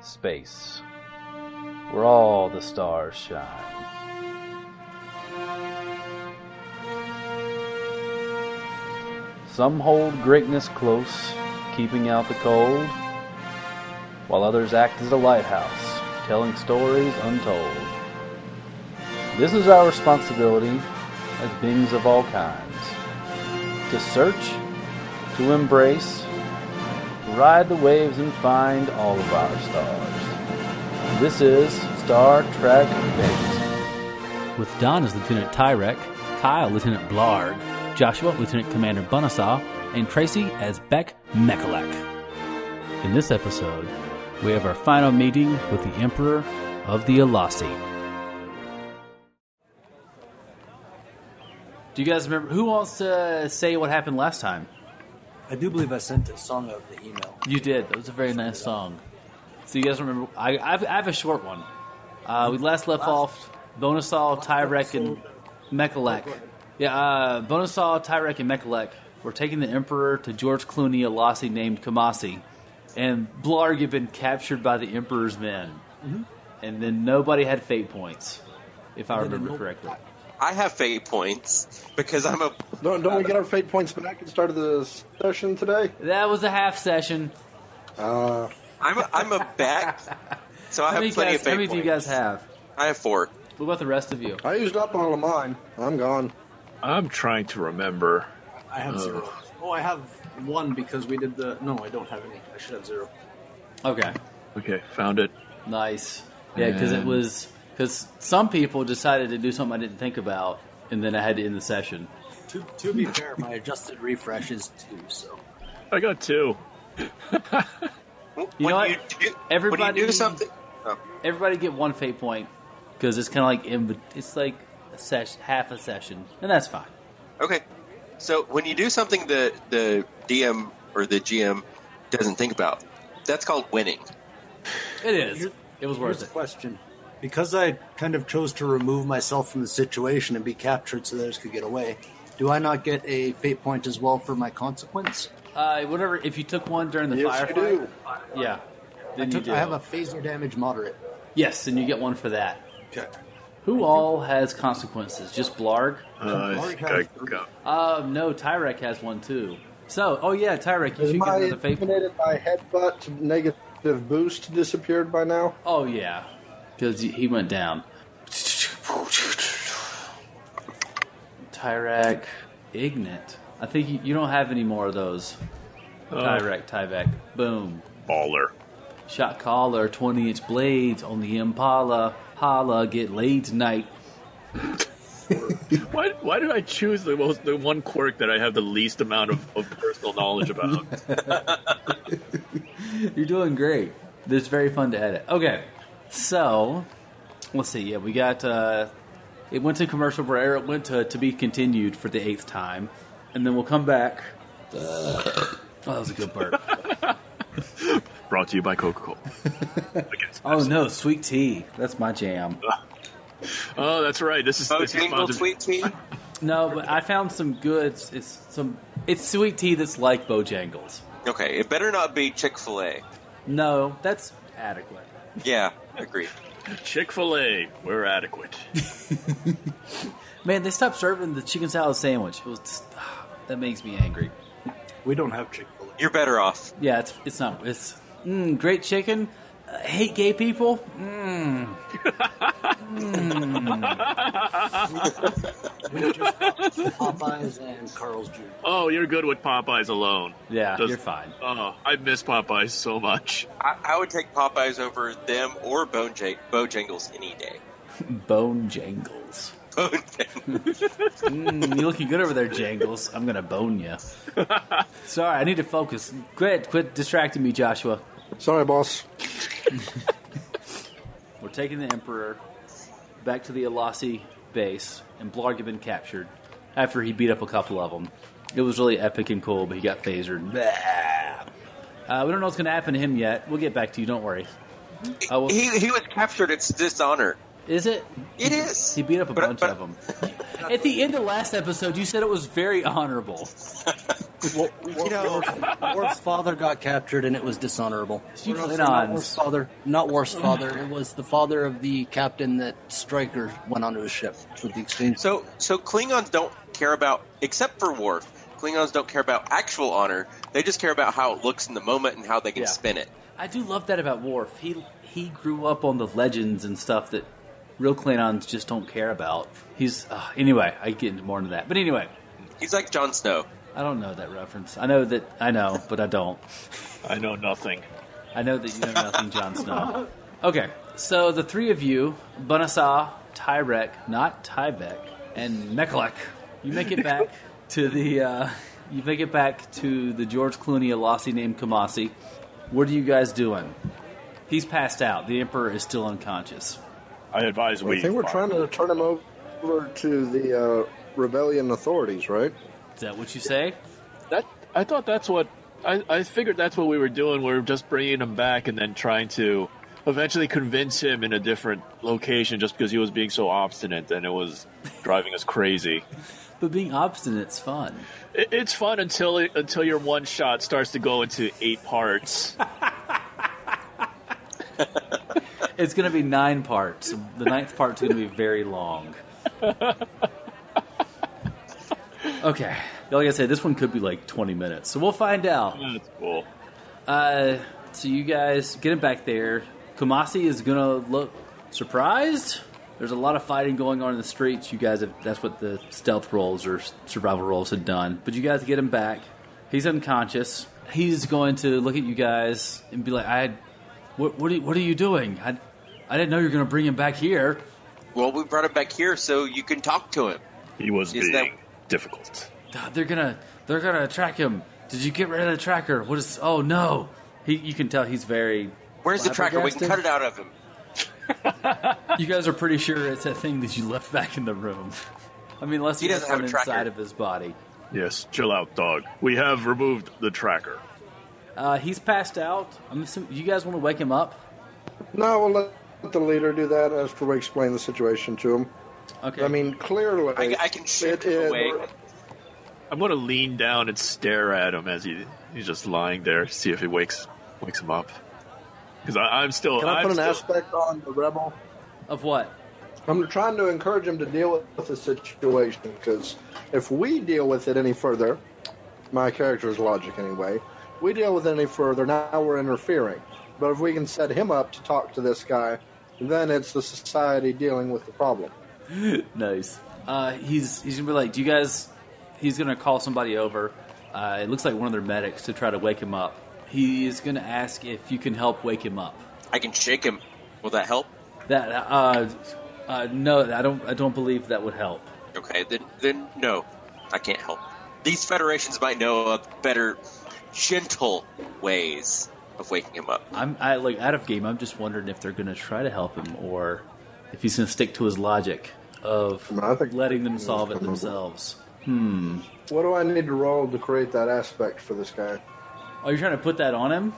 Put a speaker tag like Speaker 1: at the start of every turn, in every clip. Speaker 1: space, where all the stars shine. Some hold greatness close, keeping out the cold, while others act as a lighthouse, telling stories untold. This is our responsibility as beings of all kinds to search, to embrace, ride the waves and find all of our stars. This is Star Trek Base.
Speaker 2: With Don as Lieutenant Tyrek, Kyle Lieutenant Blarg, Joshua Lieutenant Commander Bunasaw, and Tracy as Beck Mechalek. In this episode, we have our final meeting with the Emperor of the Elasi. Do you guys remember who wants to say what happened last time?
Speaker 3: I do believe I sent a song over the email.
Speaker 2: You did. That was a very nice song. So you guys remember? I, I've, I have a short one. Uh, we last left off Bonasol, Tyrek, and Mechalek. Yeah, uh, Bonasol, Tyrek, and Mechalek were taking the Emperor to George Clooney Elasi named Kamasi, and Blarg had been captured by the Emperor's men, mm-hmm. and then nobody had fate points, if I remember correctly.
Speaker 4: I have fate points because I'm a.
Speaker 5: Don't, don't we get our fate points back at the start of the session today?
Speaker 2: That was a half session.
Speaker 5: Uh.
Speaker 4: I'm a, I'm a back, so I
Speaker 2: How
Speaker 4: have
Speaker 2: many
Speaker 4: plenty
Speaker 2: guys-
Speaker 4: of
Speaker 2: How
Speaker 4: fate
Speaker 2: many
Speaker 4: points.
Speaker 2: do you guys have?
Speaker 4: I have four.
Speaker 2: What about the rest of you?
Speaker 5: I used up all of mine. I'm gone.
Speaker 6: I'm trying to remember.
Speaker 3: I have zero. Oh, I have one because we did the. No, I don't have any. I should have zero.
Speaker 2: Okay,
Speaker 6: Okay, found it.
Speaker 2: nice. Yeah, because it
Speaker 6: And-
Speaker 2: was because some people decided to do something I didn't think about, and then I had to end the session.
Speaker 3: To, to be fair, my adjusted refresh is two, so.
Speaker 6: I got two.
Speaker 2: You
Speaker 4: when
Speaker 2: know what?
Speaker 4: you do, when
Speaker 2: Everybody-
Speaker 4: you do something, oh,
Speaker 2: Everybody get one fate point because it's kind of like in, it's like a sesh, half a session, and that's fine.
Speaker 4: okay. So when you do something the the DM or the GM doesn't think about, that's called winning.
Speaker 2: It is.
Speaker 3: Here-
Speaker 2: It was
Speaker 3: Here's
Speaker 2: worth
Speaker 3: the
Speaker 2: it.
Speaker 3: question. Because I kind of chose to remove myself from the situation and be captured so those could get away, do I not get a fate point as well for my consequence?
Speaker 2: Uh, whatever. If you took one during the
Speaker 5: Yes,
Speaker 2: firefight,
Speaker 5: you do.
Speaker 2: yeah,
Speaker 3: I,
Speaker 2: then
Speaker 3: took-
Speaker 2: you do.
Speaker 3: I have a phaser damage moderate.
Speaker 2: yes, and you get one for that.
Speaker 3: Okay.
Speaker 2: Who all has consequences? Just Blarg?
Speaker 6: Uh, I
Speaker 3: Mark
Speaker 6: think I
Speaker 3: has three.
Speaker 6: got.
Speaker 2: Uh, no, Tyrek has one too. So, oh yeah, Tyrek, you
Speaker 5: Has
Speaker 2: should get
Speaker 5: my
Speaker 2: another fate point.
Speaker 5: intimidated by headbutt to negative boost disappeared by now?
Speaker 2: Oh yeah, because he went down. Tyrek, Ignat. I think you, you don't have any more of those. Tyrek, Tyvek. Boom.
Speaker 6: Baller.
Speaker 2: Shot collar, 20 inch blades on the Impala. Holla, get laid tonight.
Speaker 6: Why, why did I choose the most the one quirk that I have the least amount of, of personal knowledge about?
Speaker 2: You're doing great. It's very fun to edit. Okay, so let's see. Yeah, we got. Uh, it went to commercial break. or It went to to be continued for the eighth time, and then we'll come back. Oh, that was a good burp.
Speaker 6: Brought to you by Coca Cola.
Speaker 2: oh no, sweet tea. That's my jam.
Speaker 6: Oh, that's right. This is
Speaker 4: Oh,
Speaker 6: this is
Speaker 4: jingle
Speaker 6: sponsored.
Speaker 4: tweet tweet.
Speaker 2: No, but I found some good. It's some. It's sweet tea that's like Bojangles.
Speaker 4: Okay, it better not be Chick Fil A.
Speaker 2: No, that's adequate.
Speaker 4: Yeah, agreed.
Speaker 6: Chick Fil A. We're adequate.
Speaker 2: Man, they stopped serving the chicken salad sandwich. It was just, ah, that makes me angry.
Speaker 3: We don't have Chick fil A.
Speaker 4: You're better off.
Speaker 2: Yeah, it's it's not. It's mm, great chicken. Uh, hate gay people. Mm.
Speaker 3: We just got Popeyes and Carl's Jr.
Speaker 6: Oh, you're good with Popeyes alone.
Speaker 2: Yeah,
Speaker 6: Does-
Speaker 2: you're fine.
Speaker 6: Oh, I miss Popeyes so much.
Speaker 4: I, I would take Popeyes over them or Bone J- Bojangles any day.
Speaker 2: Bone jangles.
Speaker 4: Bojangles.
Speaker 2: Mm, you're looking good over there, Jangles. I'm gonna bone you. Sorry, I need to focus. Quit, quit distracting me, Joshua.
Speaker 5: Sorry, boss.
Speaker 2: We're taking the Emperor back to the Elasi base, and Blarg had been captured after he beat up a couple of them. It was really epic and cool, but he got phasered. Blah. Uh, we don't know what's going to happen to him yet. We'll get back to you. Don't worry. I will-
Speaker 4: he he was captured. It's dishonor.
Speaker 2: Is it?
Speaker 4: It is.
Speaker 2: He beat up a
Speaker 4: But-
Speaker 2: bunch
Speaker 4: but-
Speaker 2: of them. At the end of last episode, you said it was very honorable.
Speaker 4: you know,
Speaker 3: Worf's father got captured, and it was dishonorable.
Speaker 2: You
Speaker 3: Or no,
Speaker 2: clean
Speaker 3: sorry, not
Speaker 2: ons.
Speaker 3: Worf's father. Not Worf's father. It was the father of the captain that Stryker went onto his ship with the exchange.
Speaker 4: so so Klingons don't care about, except for Worf. Klingons don't care about actual honor. They just care about how it looks in the moment and how they can
Speaker 2: Yeah.
Speaker 4: spin it.
Speaker 2: I do love that about Worf. He he grew up on the legends and stuff that real Klingons just don't care about. He's uh, anyway. I get into more into that, but anyway,
Speaker 4: He's like Jon Snow.
Speaker 2: I don't know that reference. I know that I know, but I don't.
Speaker 6: I know nothing.
Speaker 2: I know that you know nothing, Jon Snow. Okay, so the three of you, Bunasah, Tyrek, not Tyvek, and Mekalek, you make it back to the uh, you make it back to the George Clooney Alasi named Kamasi. What are you guys doing? He's passed out. The Emperor is still unconscious.
Speaker 6: I advise we.
Speaker 5: I think we're trying to turn him over to the uh, rebellion authorities, right?
Speaker 2: Is that what you say?
Speaker 6: That I thought that's what I, I figured that's what we were doing. We were just bringing him back and then trying to eventually convince him in a different location, just because he was being so obstinate and it was driving us crazy.
Speaker 2: But being obstinate's fun.
Speaker 6: It, it's fun until it- until your one shot starts to go into eight parts.
Speaker 2: It's going to be nine parts. The ninth part's going to be very long. Okay. Like I said, this one could be like 20 minutes. So we'll find out.
Speaker 6: that's cool.
Speaker 2: Uh, so you guys get him back there. Kumasi is going to look surprised. There's a lot of fighting going on in the streets. You guys have, that's what the stealth rolls or survival rolls had done. But you guys get him back. He's unconscious. He's going to look at you guys and be like, I had, what, what, are, you- what are you doing? I, I didn't know you were going to bring him back here.
Speaker 4: Well, we brought him back here so you can talk to him.
Speaker 6: He was
Speaker 4: Is
Speaker 6: being difficult.
Speaker 2: God, they're gonna they're gonna track him. Did you get rid of the tracker? What is? Oh no! He, you can tell he's very.
Speaker 4: Where's the tracker? We can cut it out of him.
Speaker 2: You guys are pretty sure it's that thing that you left back in the room. I mean, unless
Speaker 4: He
Speaker 2: he has
Speaker 4: doesn't have
Speaker 2: one
Speaker 4: a tracker.
Speaker 2: inside of his body.
Speaker 6: Yes, chill out, dog. We have removed the tracker.
Speaker 2: Uh, he's passed out. I'm assuming you guys want to wake him up.
Speaker 5: No, we'll let let the leader do that as to explain the situation to him.
Speaker 2: Okay.
Speaker 5: I mean, clearly,
Speaker 4: I, I can shake
Speaker 5: it
Speaker 4: him
Speaker 5: is-
Speaker 4: away.
Speaker 6: I'm gonna lean down and stare at him as he he's just lying there, see if he wakes wakes him up. Because I'm still.
Speaker 5: Can I
Speaker 6: I'm
Speaker 5: put an
Speaker 6: still-
Speaker 5: aspect on the rebel?
Speaker 2: of what?
Speaker 5: I'm trying to encourage him to deal with the situation because if we deal with it any further, my character's logic anyway, we deal with it any further, now we're interfering. But if we can set him up to talk to this guy, then it's the society dealing with the problem.
Speaker 2: Nice. Uh, he's he's gonna be like, do you guys? He's gonna call somebody over. Uh, it looks like one of their medics to try to wake him up. He is gonna ask if you can help wake him up.
Speaker 4: I can shake him. Will that help?
Speaker 2: That uh, uh, no, I don't. I don't believe that would help.
Speaker 4: Okay, then then no, I can't help. These federations might know of better, gentle ways of waking him up.
Speaker 2: I'm I, like out of game. I'm just wondering if they're going to try to help him or if he's going to stick to his logic of
Speaker 5: No, I think-
Speaker 2: letting them solve it themselves.
Speaker 5: What do I need to roll to create that aspect for this guy?
Speaker 2: Are you trying to put that on him?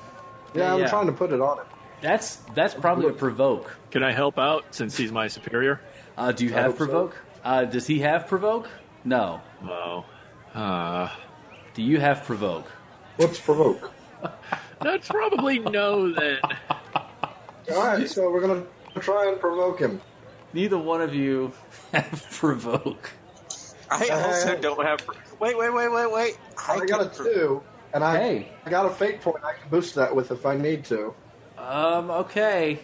Speaker 5: Yeah, I'm
Speaker 2: Yeah.
Speaker 5: trying to put it on him.
Speaker 2: That's that's probably a provoke.
Speaker 6: Can I help out since he's my superior?
Speaker 2: Uh, do you
Speaker 5: I
Speaker 2: have
Speaker 5: hope so.
Speaker 2: provoke? Uh, does he have provoke? No.
Speaker 6: Oh. Uh,
Speaker 2: Do you have provoke?
Speaker 5: Let's provoke.
Speaker 6: that's probably no then.
Speaker 5: All right, so we're gonna try and provoke him.
Speaker 2: Neither one of you have provoke.
Speaker 4: I also
Speaker 5: Uh,
Speaker 4: don't have. Wait, wait, wait, wait, wait.
Speaker 5: I, got a
Speaker 4: can-
Speaker 5: two, and I,
Speaker 2: Hey.
Speaker 5: I got a fate point. I can boost that with if I need to.
Speaker 2: Um. Okay.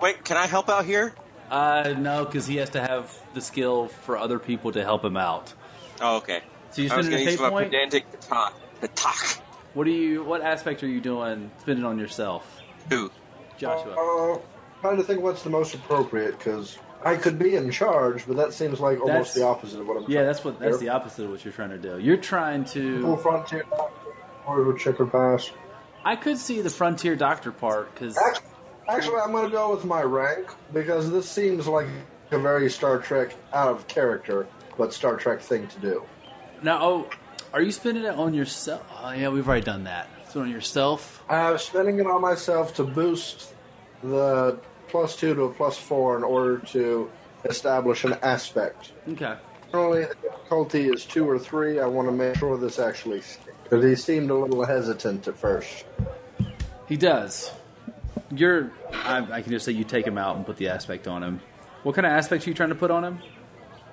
Speaker 4: Wait, can I help out here?
Speaker 2: Uh. No, because he has to have the skill for other people to help him out.
Speaker 4: Oh, okay.
Speaker 2: So you're
Speaker 4: I was
Speaker 2: spending
Speaker 4: gonna
Speaker 2: a fate
Speaker 4: use my
Speaker 2: point?
Speaker 4: pedantic talk. The talk.
Speaker 2: What do you? What aspect are you doing? Spending on yourself,
Speaker 4: Who?
Speaker 2: Joshua.
Speaker 5: Uh, trying to think what's the most appropriate because I could be in charge, but that seems like
Speaker 2: That's-
Speaker 5: almost the opposite of what I'm.
Speaker 2: Yeah, that's what that's the opposite of what you're trying to do. You're trying
Speaker 5: Full
Speaker 2: to.
Speaker 5: frontier or with checker pass.
Speaker 2: I could see the frontier doctor part because
Speaker 5: Actually, actually, I'm gonna go with my rank because this seems like a very Star Trek out of character, but Star Trek thing to do.
Speaker 2: now, oh, are you spending it on yourself? Oh, yeah, we've already done that. So on yourself.
Speaker 5: I'm spending it on myself to boost the plus two to a plus four in order to establish an aspect.
Speaker 2: Okay.
Speaker 5: Generally, the difficulty is two or three. I want to make sure this actually sticks. Because he seemed a little hesitant at first.
Speaker 2: He does. You're. I, I can just say you take him out and put the aspect on him. What kind of aspect are you trying to put on him?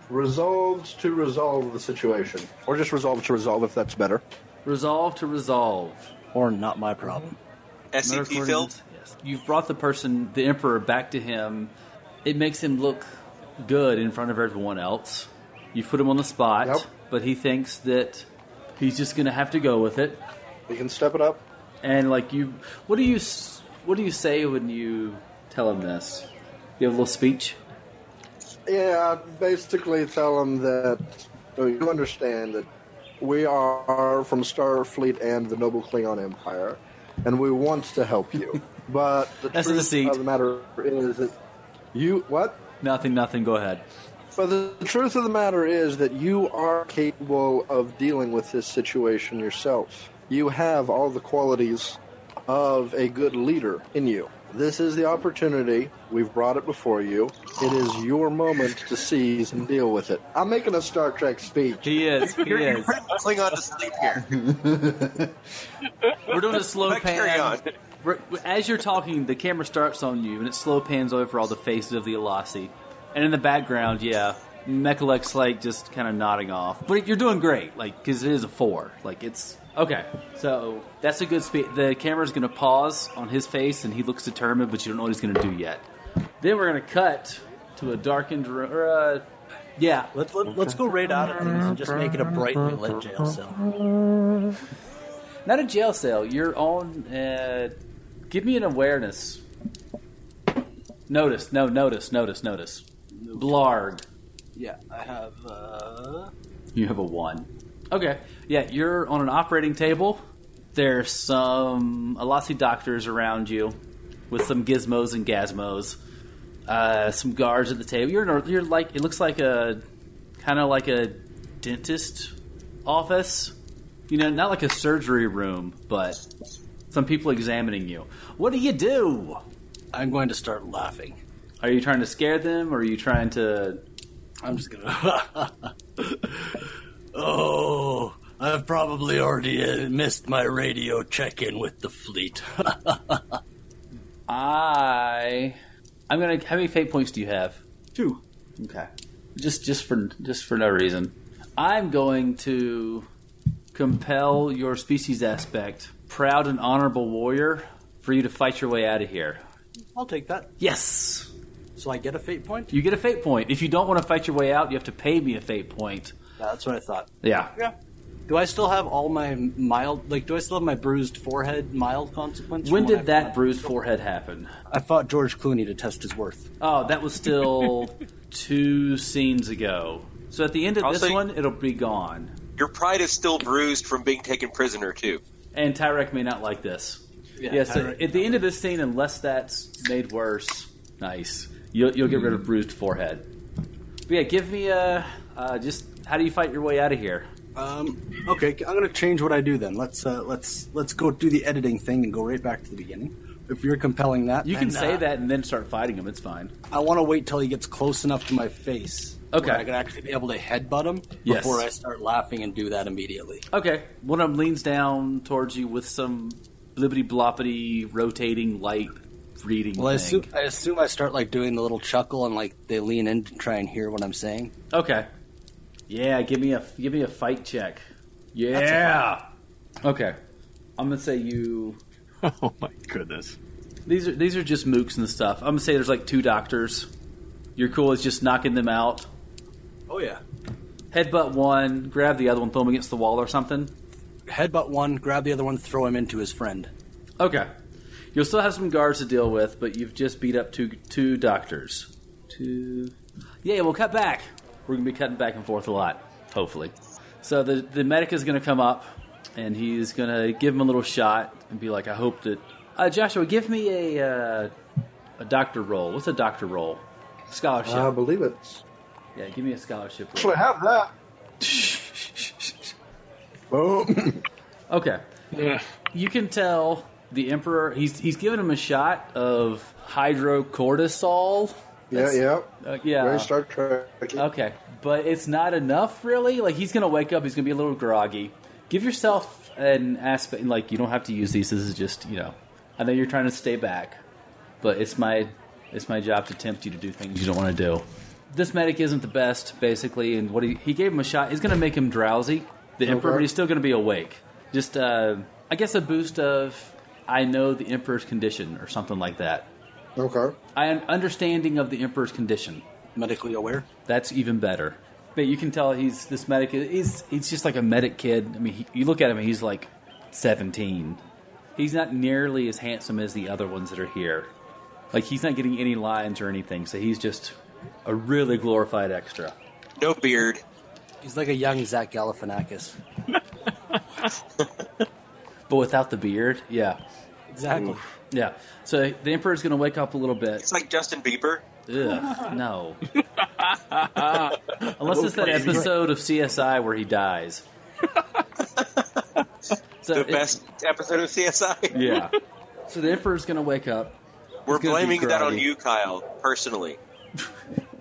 Speaker 5: Resolved to resolve the situation. Or just resolve to resolve if that's better.
Speaker 2: Resolve to resolve.
Speaker 7: Or not my problem.
Speaker 2: Another
Speaker 4: SCP
Speaker 2: coordinate-
Speaker 4: E filled.
Speaker 2: Yes. You've brought the person, the emperor, back to him. It makes him look good in front of everyone else. You put him on the spot,
Speaker 5: Yep.
Speaker 2: but he thinks that he's just going to have to go with it.
Speaker 5: We can step it up.
Speaker 2: And like you, what do you, s- what do you say when you tell him this? You have a little speech.
Speaker 5: Yeah, basically tell him that so you understand that we are from Starfleet and the Noble Klingon Empire, and we want to help you. but the
Speaker 2: That's a
Speaker 5: truth
Speaker 2: deceit.
Speaker 5: of the matter is that you what?
Speaker 2: Nothing, nothing. Go ahead.
Speaker 5: But the truth of the matter is that you are capable of dealing with this situation yourself. You have all the qualities of a good leader in you. This is the opportunity. We've brought it before you. It is your moment to seize and deal with it. I'm making a Star Trek speech.
Speaker 2: He is. He is.
Speaker 4: Klingon to sleep here.
Speaker 2: We're doing a slow
Speaker 4: But carry
Speaker 2: pan.
Speaker 4: on.
Speaker 2: We're- As you're talking, the camera starts on you, and it slow pans over all the faces of the Elasi. And in the background, yeah, Mechalek's like just kind of nodding off. But you're doing great, like because it is a four. Like it's okay. So that's a good speed. The camera's going to pause on his face, and he looks determined, but you don't know what he's going to do yet. Then we're going to cut to a darkened room. Or, uh, yeah,
Speaker 8: Let's let, let's go right out of things and just make it a brightly lit jail cell.
Speaker 2: not a jail cell. Your own. Uh, give me an awareness. Notice, no, notice, notice, notice. Blarg,
Speaker 8: Yeah, I have. Uh...
Speaker 2: you have a one. Okay, yeah, you're on an operating table. There's some Alasi doctors around you, with some gizmos and gasmos. Uh, some guards at the table. You're in a, you're like it looks like a kind of like a dentist office. You know, not like a surgery room, but some people examining you. What do you do?
Speaker 8: I'm going to start laughing.
Speaker 2: Are you trying to scare them, or are you trying to?
Speaker 8: I'm just gonna. oh, I've probably already uh, missed my radio check-in with the fleet.
Speaker 2: I, I'm gonna. How many fate points do you have?
Speaker 8: Two.
Speaker 2: Okay. Just just for just for no reason. I'm going to compel your species aspect, proud and honorable warrior, for you to fight your way out of here.
Speaker 8: I'll take that.
Speaker 2: Yes.
Speaker 8: So I get a fate point.
Speaker 2: You get a fate point. If you don't want to fight your way out, you have to pay me a fate point.
Speaker 8: That's what I thought.
Speaker 2: Yeah.
Speaker 8: Yeah. Do I still have all my mild? Like, do I still have my bruised forehead mild consequence?
Speaker 2: When
Speaker 8: from I
Speaker 2: did that
Speaker 8: fought-
Speaker 2: bruised forehead happen?
Speaker 8: I fought George Clooney to test his worth.
Speaker 2: Oh, that was still two scenes ago. So at the end of
Speaker 4: I'll
Speaker 2: this
Speaker 4: say-
Speaker 2: one, it'll be gone.
Speaker 4: Your pride is still bruised from being taken prisoner too.
Speaker 2: And Tyrek may not like this. Yeah, so
Speaker 8: Tyrek-
Speaker 2: at the end of this scene, unless that's made worse, nice. You'll, you'll get rid of bruised forehead. But yeah, give me a uh, just how do you fight your way out of here?
Speaker 8: Um, okay, I'm gonna change what I do then. Let's uh, let's let's go do the editing thing and go right back to the beginning. If you're compelling that,
Speaker 2: You can
Speaker 8: then,
Speaker 2: say
Speaker 8: uh,
Speaker 2: that and then start fighting him. It's fine.
Speaker 8: I want to wait till he gets close enough to my face.
Speaker 2: Okay.
Speaker 8: where I can actually be able to headbutt him
Speaker 2: Yes.
Speaker 8: before I start laughing and do that immediately.
Speaker 2: Okay, one of them leans down towards you with some blibbity bloppity rotating light reading
Speaker 8: Well, I
Speaker 2: thing.
Speaker 8: assume, I assume I start like doing the little chuckle and like they lean in to try and hear what I'm saying.
Speaker 2: Okay. Yeah, give me a give me a fight check. Yeah. Okay. I'm gonna say you
Speaker 6: Oh my goodness.
Speaker 2: These are these are just mooks and stuff. I'm gonna say there's like two doctors. Your cool is just knocking them out.
Speaker 8: Oh yeah,
Speaker 2: Headbutt one, grab the other one, throw him against the wall or something.
Speaker 8: headbutt one, grab the other one, throw him into his friend.
Speaker 2: Okay. You'll still have some guards to deal with, but you've just beat up two two doctors. Two. Yeah, we'll cut back. We're gonna be cutting back and forth a lot, hopefully. So the the medic is gonna come up, and he's gonna give him a little shot and be like, "I hope that uh, Joshua, give me a uh, a doctor roll. What's a doctor roll? Scholarship.
Speaker 5: I believe it's.
Speaker 2: Yeah, give me a scholarship.
Speaker 5: Should I have that? Boom.
Speaker 2: Okay. You can tell the emperor he's he's given him a shot of hydrocortisol,
Speaker 5: Yeah, yeah.
Speaker 2: Uh, yeah.
Speaker 5: Very Star Trek.
Speaker 2: Okay, but it's not enough, really. Like he's gonna wake up, he's gonna be a little groggy. Give yourself an aspect, like you don't have to use these. This is just, you know, I know you're trying to stay back, but it's my it's my job to tempt you to do things you don't want to do. This medic isn't the best, basically, and what he, he gave him a shot is gonna make him drowsy. The emperor, but he's still gonna be awake. Just, uh, I guess, a boost of I know the emperor's condition or something like that.
Speaker 5: Okay.
Speaker 2: I an understanding of the emperor's condition.
Speaker 9: Medically aware.
Speaker 2: That's even better. But you can tell he's this medic. He's he's just like a medic kid. I mean, he, you look at him, he's like seventeen. He's not nearly as handsome as the other ones that are here. Like he's not getting any lines or anything, so he's just a really glorified extra.
Speaker 4: No beard.
Speaker 9: He's like a young Zach Galifianakis.
Speaker 2: But without the beard, yeah,
Speaker 9: Exactly.
Speaker 2: yeah. So the emperor's going to wake up a little bit.
Speaker 4: It's like Justin Bieber.
Speaker 2: Ugh, no. Unless it's that episode of CSI where he dies. so
Speaker 4: The
Speaker 2: it-
Speaker 4: best episode of CSI.
Speaker 2: Yeah. So the Emperor's going to wake up.
Speaker 4: We're
Speaker 2: gonna be
Speaker 4: blaming that on
Speaker 2: groggy.
Speaker 4: you, Kyle, personally.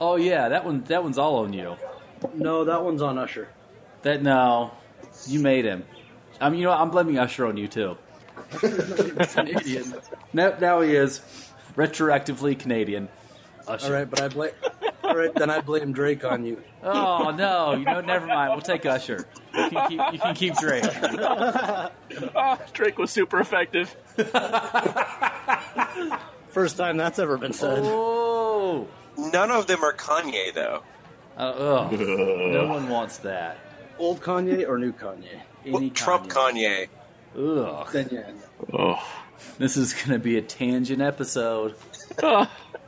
Speaker 2: Oh yeah, that one. That one's all on you.
Speaker 3: No, that one's on Usher.
Speaker 2: That no, you made him. I mean, you know, what, I'm blaming Usher on you too. Canadian. Now, now he is retroactively Canadian.
Speaker 9: All
Speaker 2: Usher.
Speaker 9: right, but I blame. All right, then I blame Drake on you.
Speaker 2: Oh no, you know, never mind. We'll take Usher. You can keep, you can keep Drake.
Speaker 6: Ah, Drake was super effective.
Speaker 9: First time that's ever been said.
Speaker 2: Oh,
Speaker 4: None of them are Kanye, though.
Speaker 2: uh, ugh. no one wants that.
Speaker 9: Old Kanye or new Kanye?
Speaker 4: Well,
Speaker 2: Any
Speaker 4: Trump Kanye.
Speaker 2: Kanye. Ugh.
Speaker 9: Then yeah.
Speaker 6: Oh,
Speaker 2: This is gonna be a tangent episode. this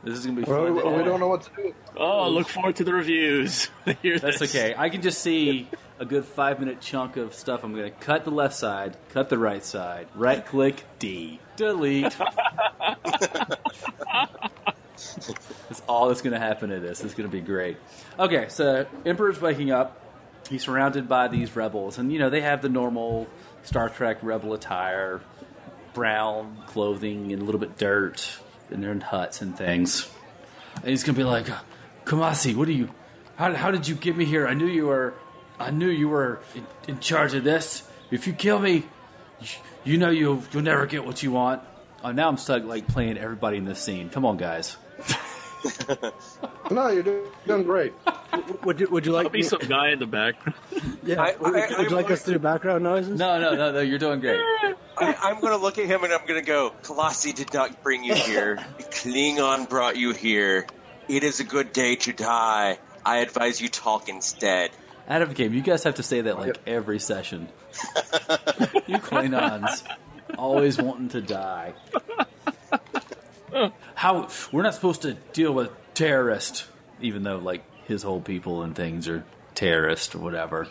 Speaker 2: is gonna be
Speaker 5: Well,
Speaker 2: fun.
Speaker 5: we,
Speaker 2: to
Speaker 5: we
Speaker 2: edit.
Speaker 5: don't know what to do.
Speaker 6: oh, look forward to the reviews. Hear
Speaker 2: That's
Speaker 6: this.
Speaker 2: okay. I can just see a good five minute chunk of stuff. I'm gonna cut the left side, cut the right side, right click D, delete. that's all that's gonna happen to this. It's gonna be great. Okay, so Emperor's waking up. He's surrounded by these rebels, and you know they have the normal Star Trek rebel attire, brown clothing and a little bit dirt, and they're in huts and things. And he's gonna be like, Kamasi, what are you? How, how did you get me here? I knew you were, I knew you were in, in charge of this. If you kill me, you, you know you'll you'll never get what you want. Oh, now I'm stuck like playing everybody in this scene. Come on, guys.
Speaker 5: No, you're doing, doing great.
Speaker 9: Would you, would you like
Speaker 6: There'll be
Speaker 9: me-
Speaker 6: some guy in the background.
Speaker 9: Yeah.
Speaker 4: I-
Speaker 9: would,
Speaker 4: I-
Speaker 9: would you
Speaker 4: I-
Speaker 9: like us to do background noises?
Speaker 2: No, no, no, no. You're doing great.
Speaker 4: I, I'm going to look at him and I'm going to go, Colossi did not bring you here. Klingon brought you here. It is a good day to die. I advise you talk instead.
Speaker 2: Out of game. You guys have to say that like every session. you Klingons always wanting to die. How we're not supposed to deal with terrorists, even though like his whole people and things are terrorist or whatever.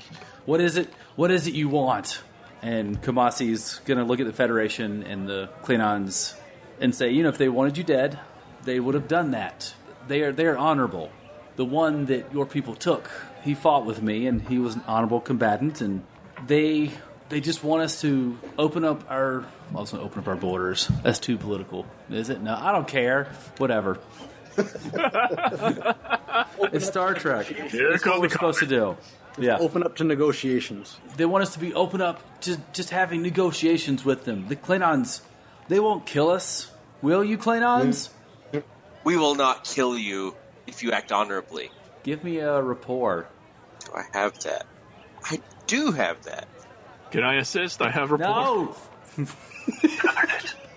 Speaker 2: What is it? What is it you want? And Kamasi's gonna look at the Federation and the Klingons and say, you know, if they wanted you dead, they would have done that. They are they are honorable. The one that your people took, he fought with me, and he was an honorable combatant. And they they just want us to open up our well, I was gonna open up our borders. That's too political, is it? No, I don't care. Whatever. it's Star Trek. That's what
Speaker 6: come
Speaker 2: we're
Speaker 6: the
Speaker 2: supposed to do. Yeah.
Speaker 9: Open up to negotiations.
Speaker 2: They want us to be open up, just just having negotiations with them. The Klingons, they won't kill us, will you, Klingons?
Speaker 4: We will not kill you if you act honorably.
Speaker 2: Give me a rapport.
Speaker 4: Do I have that? I do have that.
Speaker 6: Can I assist? I have report.
Speaker 2: No.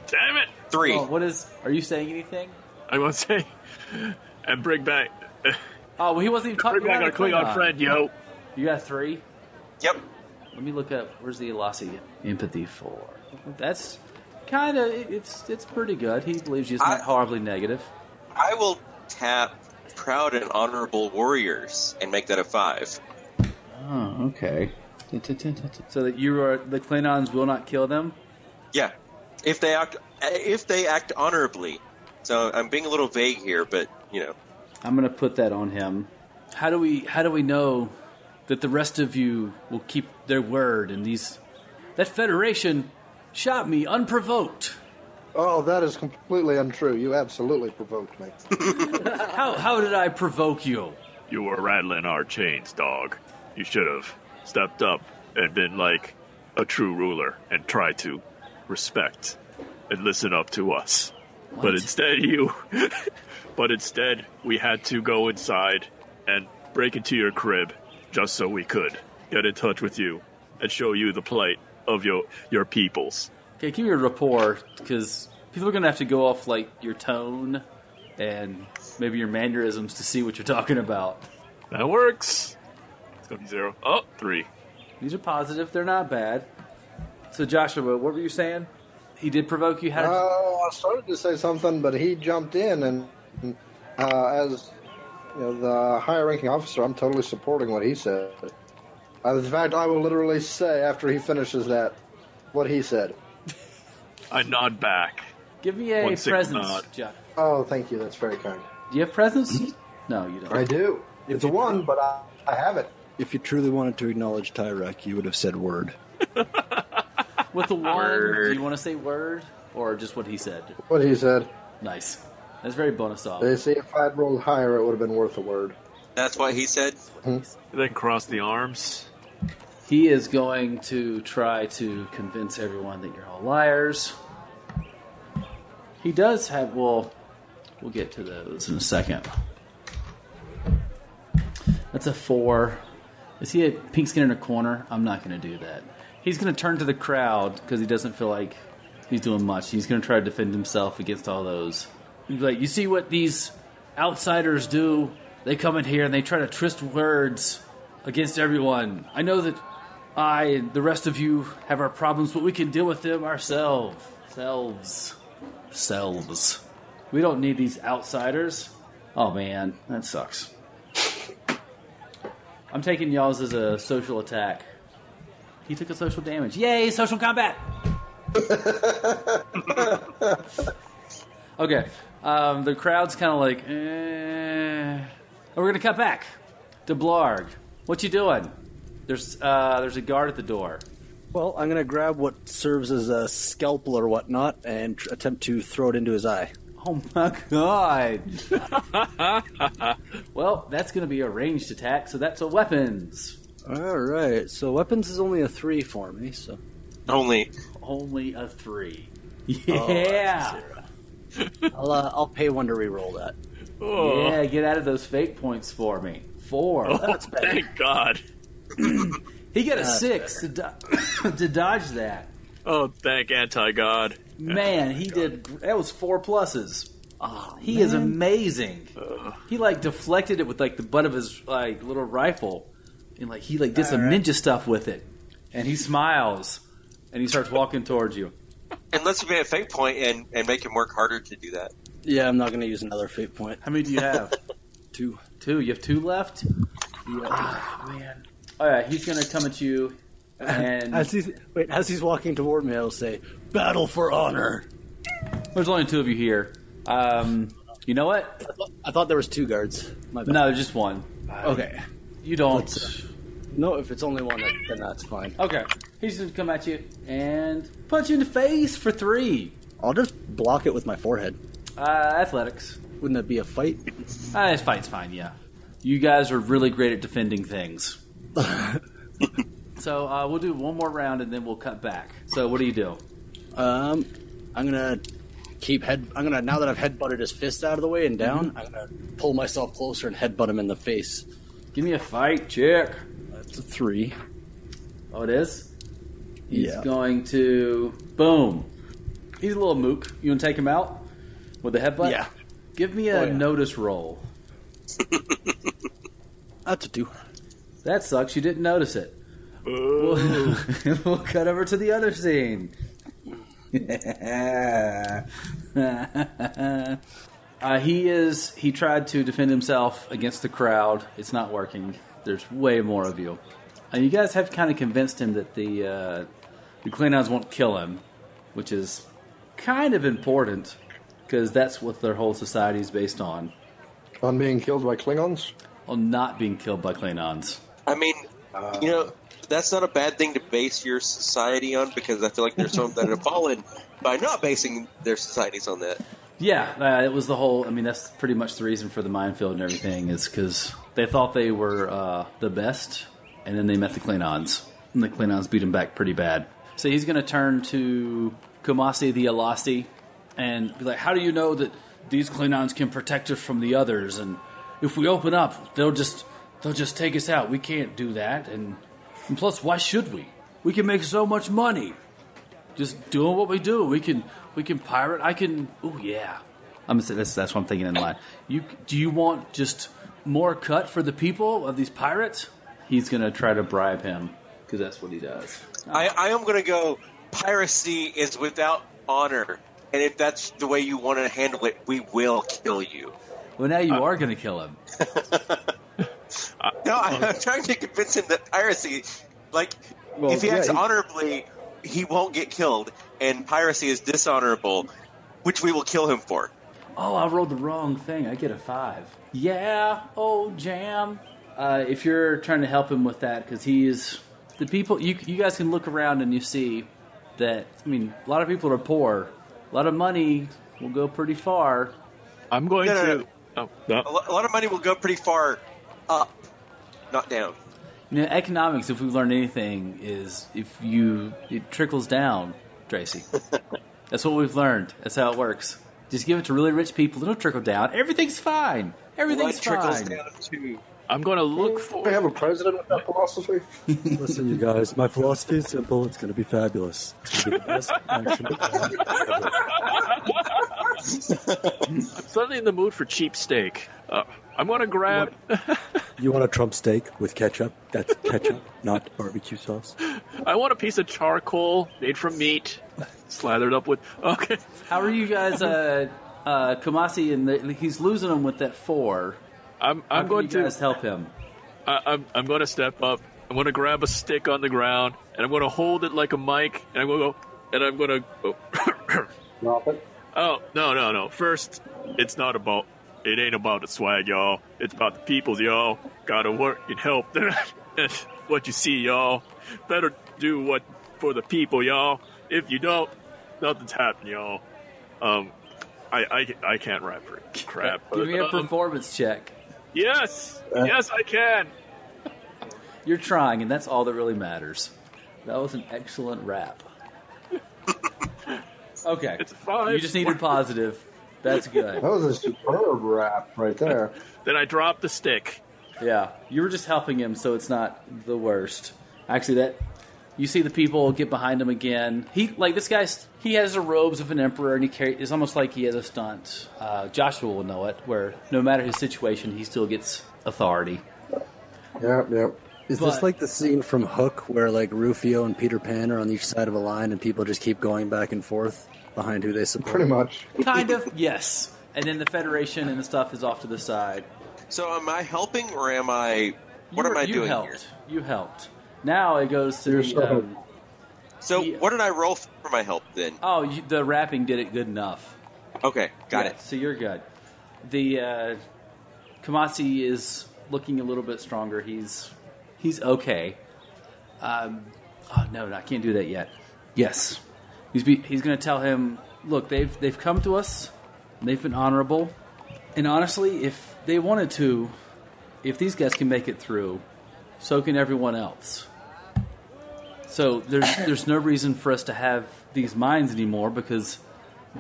Speaker 6: Damn it!
Speaker 4: Three.
Speaker 2: Oh, what is? Are you saying anything?
Speaker 6: I won't say. And bring back,
Speaker 2: Oh, well, he wasn't even talking
Speaker 6: bring back
Speaker 2: about
Speaker 6: our
Speaker 2: a
Speaker 6: Klingon friend, yo.
Speaker 2: You got three.
Speaker 4: Yep.
Speaker 2: Let me look up. Where's the Elasi empathy for? That's kind of it's it's pretty good. He believes you. It's not
Speaker 4: I-
Speaker 2: horribly negative.
Speaker 4: I will tap proud and honorable warriors and make that a five.
Speaker 2: Oh, okay. So that you are the Klingons will not kill them.
Speaker 4: Yeah, if they act if they act honorably. So I'm being a little vague here, but you know,
Speaker 2: I'm gonna put that on him. How do we how do we know that the rest of you will keep their word and these that Federation shot me unprovoked.
Speaker 5: Oh, that is completely untrue. You absolutely provoked me.
Speaker 2: How, how did I provoke you?
Speaker 6: You were rattling our chains, dog. You should have stepped up and been like a true ruler and tried to respect and listen up to us. But instead, you. but instead, we had to go inside and break into your crib just so we could get in touch with you and show you the plight of your your peoples.
Speaker 2: Okay, give me a rapport because people are gonna have to go off like your tone and maybe your mannerisms to see what you're talking about.
Speaker 6: That works. It's gonna be zero. Oh, three.
Speaker 2: These are positive; they're not bad. So, Joshua, what were you saying? He did provoke you. How did
Speaker 5: Oh, I started to say something, but he jumped in, and uh, as you know, the higher-ranking officer, I'm totally supporting what he said. Uh, in fact, I will literally say after he finishes that what he said.
Speaker 6: I nod back.
Speaker 2: give me a
Speaker 6: One signal
Speaker 2: presence,
Speaker 6: nod.
Speaker 2: Josh.
Speaker 5: Oh, thank you. That's very kind.
Speaker 2: Do you have presence? No, you don't.
Speaker 5: I do. It's a one, but I, I have it.
Speaker 9: If you truly wanted to acknowledge Tyrek, you would have said word.
Speaker 2: With the one, do
Speaker 4: Word.
Speaker 2: you want to say word or just what he said?
Speaker 5: What he said.
Speaker 2: Nice. That's very bonus off.
Speaker 5: They say if I'd rolled higher, it would have been worth a word.
Speaker 4: That's what he said.
Speaker 6: Then cross the arms.
Speaker 2: He is going to try to convince everyone that you're all liars. He does have. Well, we'll get to those in a second. That's a four. Is he a pink skin in a corner? I'm not going to do that. He's going to turn to the crowd because he doesn't feel like he's doing much. He's going to try to defend himself against all those. He's like, you see what these outsiders do? They come in here and they try to twist words against everyone. I know that I and the rest of you have our problems, but we can deal with them ourselves. Selves. Selves. We don't need these outsiders. Oh man, that sucks. I'm taking y'all's as a social attack. He took a social damage. Yay, social combat! okay, um, the crowd's kind of like, eh. Oh, we're gonna cut back. Deblarg, what you doing? There's uh, there's a guard at the door.
Speaker 9: Well, I'm going to grab what serves as a scalpel or whatnot and tr- attempt to throw it into his eye.
Speaker 2: Oh my god! well, that's gonna be a ranged attack, so that's a weapons.
Speaker 9: All right, so weapons is only a three for me, so.
Speaker 4: Only
Speaker 2: Only a three. Yeah,
Speaker 9: I'll, uh, I'll pay one to re-roll that.
Speaker 6: Oh,
Speaker 2: yeah. Get out of those fate points for me. Four.
Speaker 9: That's better.
Speaker 6: thank God.
Speaker 2: He got a six to, do- to dodge that.
Speaker 6: Oh, thank anti God.
Speaker 2: Man, he did. gr- That was four pluses. he is amazing.
Speaker 6: Uh,
Speaker 2: He like deflected it with like the butt of his like little rifle, and like he like did some ninja stuff with it. And he smiles, and he starts walking towards you.
Speaker 4: unless you pay a fake point and and make him work harder to do that.
Speaker 9: Yeah, I'm not going to use another fate point.
Speaker 2: How many do you have?
Speaker 9: Two.
Speaker 2: two. You have two left. Ah, man. All right, he's gonna come at you, and
Speaker 9: As he's, wait, as he's walking toward me, I'll say, "Battle for honor."
Speaker 2: there's only two of you here. Um, you know what?
Speaker 9: I thought, I thought there was two guards. My bad.
Speaker 2: No, just one.
Speaker 9: Okay.
Speaker 2: You don't.
Speaker 9: Let's, Uh, No, if it's only one, that- then that's fine.
Speaker 2: Okay. He's gonna come at you and punch you in the face for three.
Speaker 9: I'll just block it with my forehead.
Speaker 2: Uh, athletics.
Speaker 9: Wouldn't that be a fight?
Speaker 2: Uh, this fight's fine, yeah. You guys are really great at defending things. so uh, we'll do one more round and then we'll cut back. So what do you do?
Speaker 9: Um, I'm gonna keep head. I'm gonna now that I've headbutted his fist out of the way and down. I'm gonna pull myself closer and headbutt him in the face.
Speaker 2: Give me a fight check.
Speaker 9: That's a three.
Speaker 2: Oh, it is? He's
Speaker 9: Yeah.
Speaker 2: going to. Boom. He's a little mook. You want to take him out with a headbutt?
Speaker 9: Yeah.
Speaker 2: Give me a
Speaker 9: Oh, yeah.
Speaker 2: notice roll.
Speaker 9: That's a two.
Speaker 2: That sucks. You didn't notice it. We'll, we'll cut over to the other scene. uh, he is. He tried to defend himself against the crowd. It's not working. There's way more of you. And you guys have kind of convinced him that the uh, the Klingons won't kill him, which is kind of important because that's what their whole society is based on
Speaker 5: On being killed by Klingons?
Speaker 2: on not being killed by Klingons.
Speaker 4: I mean, you know, that's not a bad thing to base your society on because I feel like there's some that have fallen. by not basing their societies on that.
Speaker 2: Yeah, uh, it was the whole. I mean, that's pretty much the reason for the minefield and everything is because they thought they were uh, the best, and then they met the Klingons, and the Klingons beat them back pretty bad. So he's going to turn to Kumasi the Elasti and be like, "How do you know that these Klingons can protect us from the others? And if we open up, they'll just they'll just take us out. We can't do that. And, and plus, why should we? We can make so much money." just doing what we do. We can we can pirate. I can. Oh yeah. I'm gonna say that's that's what I'm thinking in line. You do you want just more cut for the people of these pirates? He's gonna try to bribe him because that's what he does.
Speaker 4: I, I am going to go. Piracy is without honor, and if that's the way you want to handle it, we will kill you.
Speaker 2: Well, now you are gonna kill him.
Speaker 4: No, I, I'm trying to convince him that piracy, like,
Speaker 5: Well,
Speaker 4: if he
Speaker 5: yeah,
Speaker 4: acts
Speaker 5: he-
Speaker 4: honorably, he won't get killed, and piracy is dishonorable, which we will kill him for.
Speaker 2: Oh, I rolled the wrong thing. I get a five. Yeah. Oh, jam. Uh, if you're trying to help him with that, because he's the people. You you guys can look around and you see that. I mean, a lot of people are poor. A lot of money will go pretty far.
Speaker 6: I'm going
Speaker 4: No, no,
Speaker 6: to.
Speaker 4: no.
Speaker 6: Oh, no.
Speaker 4: A, lo- a lot of money will go pretty far up, not down.
Speaker 2: You know, economics, if we've learned anything, is if you it trickles down, Tracy. That's what we've learned. That's how it works. Just give it to really rich people; it'll trickle down. Everything's fine. Everything's
Speaker 4: Blood trickles
Speaker 2: fine.
Speaker 4: down to
Speaker 6: I'm going to look for.
Speaker 5: We have a president with that philosophy.
Speaker 8: Listen, you guys, my philosophy is simple. It's going to be fabulous. It's going to be the best action plan ever.
Speaker 6: I'm suddenly in the mood for cheap steak. Uh, I'm going to grab.
Speaker 8: You want a Trump steak with ketchup? That's ketchup, not barbecue sauce.
Speaker 6: I want a piece of charcoal made from meat, slathered up with. Okay.
Speaker 2: How are you guys, uh, uh, Kamasi? And the, he's losing them with that four.
Speaker 6: I'm,
Speaker 2: How
Speaker 6: I'm
Speaker 2: can
Speaker 6: going
Speaker 2: you
Speaker 6: to.
Speaker 2: guys help him.
Speaker 6: I, I'm, I'm going to step up. I'm going to grab a stick on the ground and I'm going to hold it like a mic and I'm going to go and I'm going to. Oh. oh no no no! First, it's not about. It ain't about the swag, y'all. It's about the peoples, y'all. Gotta work and help. That's what you see, y'all. Better do what for the people, y'all. If you don't, nothing's happening, y'all. Um, I I, I can't rap for crap.
Speaker 2: Give me a
Speaker 6: Um,
Speaker 2: performance check.
Speaker 6: yes, yes, I can.
Speaker 2: You're trying, and that's all that really matters. That was an excellent rap. Okay,
Speaker 6: It's a five.
Speaker 2: you just needed positive. That's good.
Speaker 5: That was a superb rap right there.
Speaker 6: Then I drop the stick.
Speaker 2: Yeah, you were just helping him, so it's not the worst. Actually, that you see the people get behind him again. He like this guy's he has the robes of an emperor, and he carry, it's almost like he has a stunt. Uh, Joshua will know it, where no matter his situation, he still gets authority.
Speaker 5: Yep, yep.
Speaker 8: Is
Speaker 2: But-
Speaker 8: this like
Speaker 9: Like the scene from Hook where like Rufio and Peter Pan are on each side of a line and people just keep going back and forth behind who they support.
Speaker 5: Pretty much.
Speaker 2: Kind of, yes. And then the Federation and the stuff is off to the side.
Speaker 4: So am I helping or am I? What
Speaker 2: You
Speaker 4: am
Speaker 2: were-
Speaker 4: I
Speaker 2: you
Speaker 4: doing
Speaker 2: helped.
Speaker 4: here?
Speaker 2: You helped. Now it goes to
Speaker 5: You're
Speaker 2: the,
Speaker 5: so-
Speaker 2: um,
Speaker 4: So
Speaker 2: Yeah.
Speaker 4: what did I roll for my help then?
Speaker 2: oh, you, the rapping did it good enough.
Speaker 4: Okay, got
Speaker 2: Yeah,
Speaker 4: it.
Speaker 2: So you're good. The uh, Kamasi is looking a little bit stronger. He's he's okay. Um, oh no, no, I can't do that yet. Yes, he's be, he's going to tell him. Look, they've they've come to us. and They've been honorable, and honestly, if they wanted to, if these guys can make it through, so can everyone else. So there's there's no reason for us to have these mines anymore because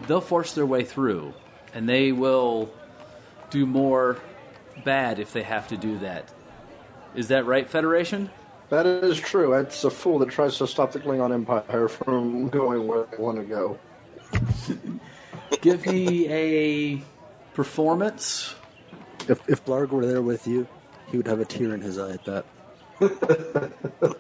Speaker 2: they'll force their way through and they will do more bad if they have to do that. Is that right, Federation?
Speaker 5: That is true. It's a fool that tries to stop the Klingon Empire from going where they want to go.
Speaker 2: Give me a performance.
Speaker 8: if, if Blarg were there with you, he would have a tear in his eye at that.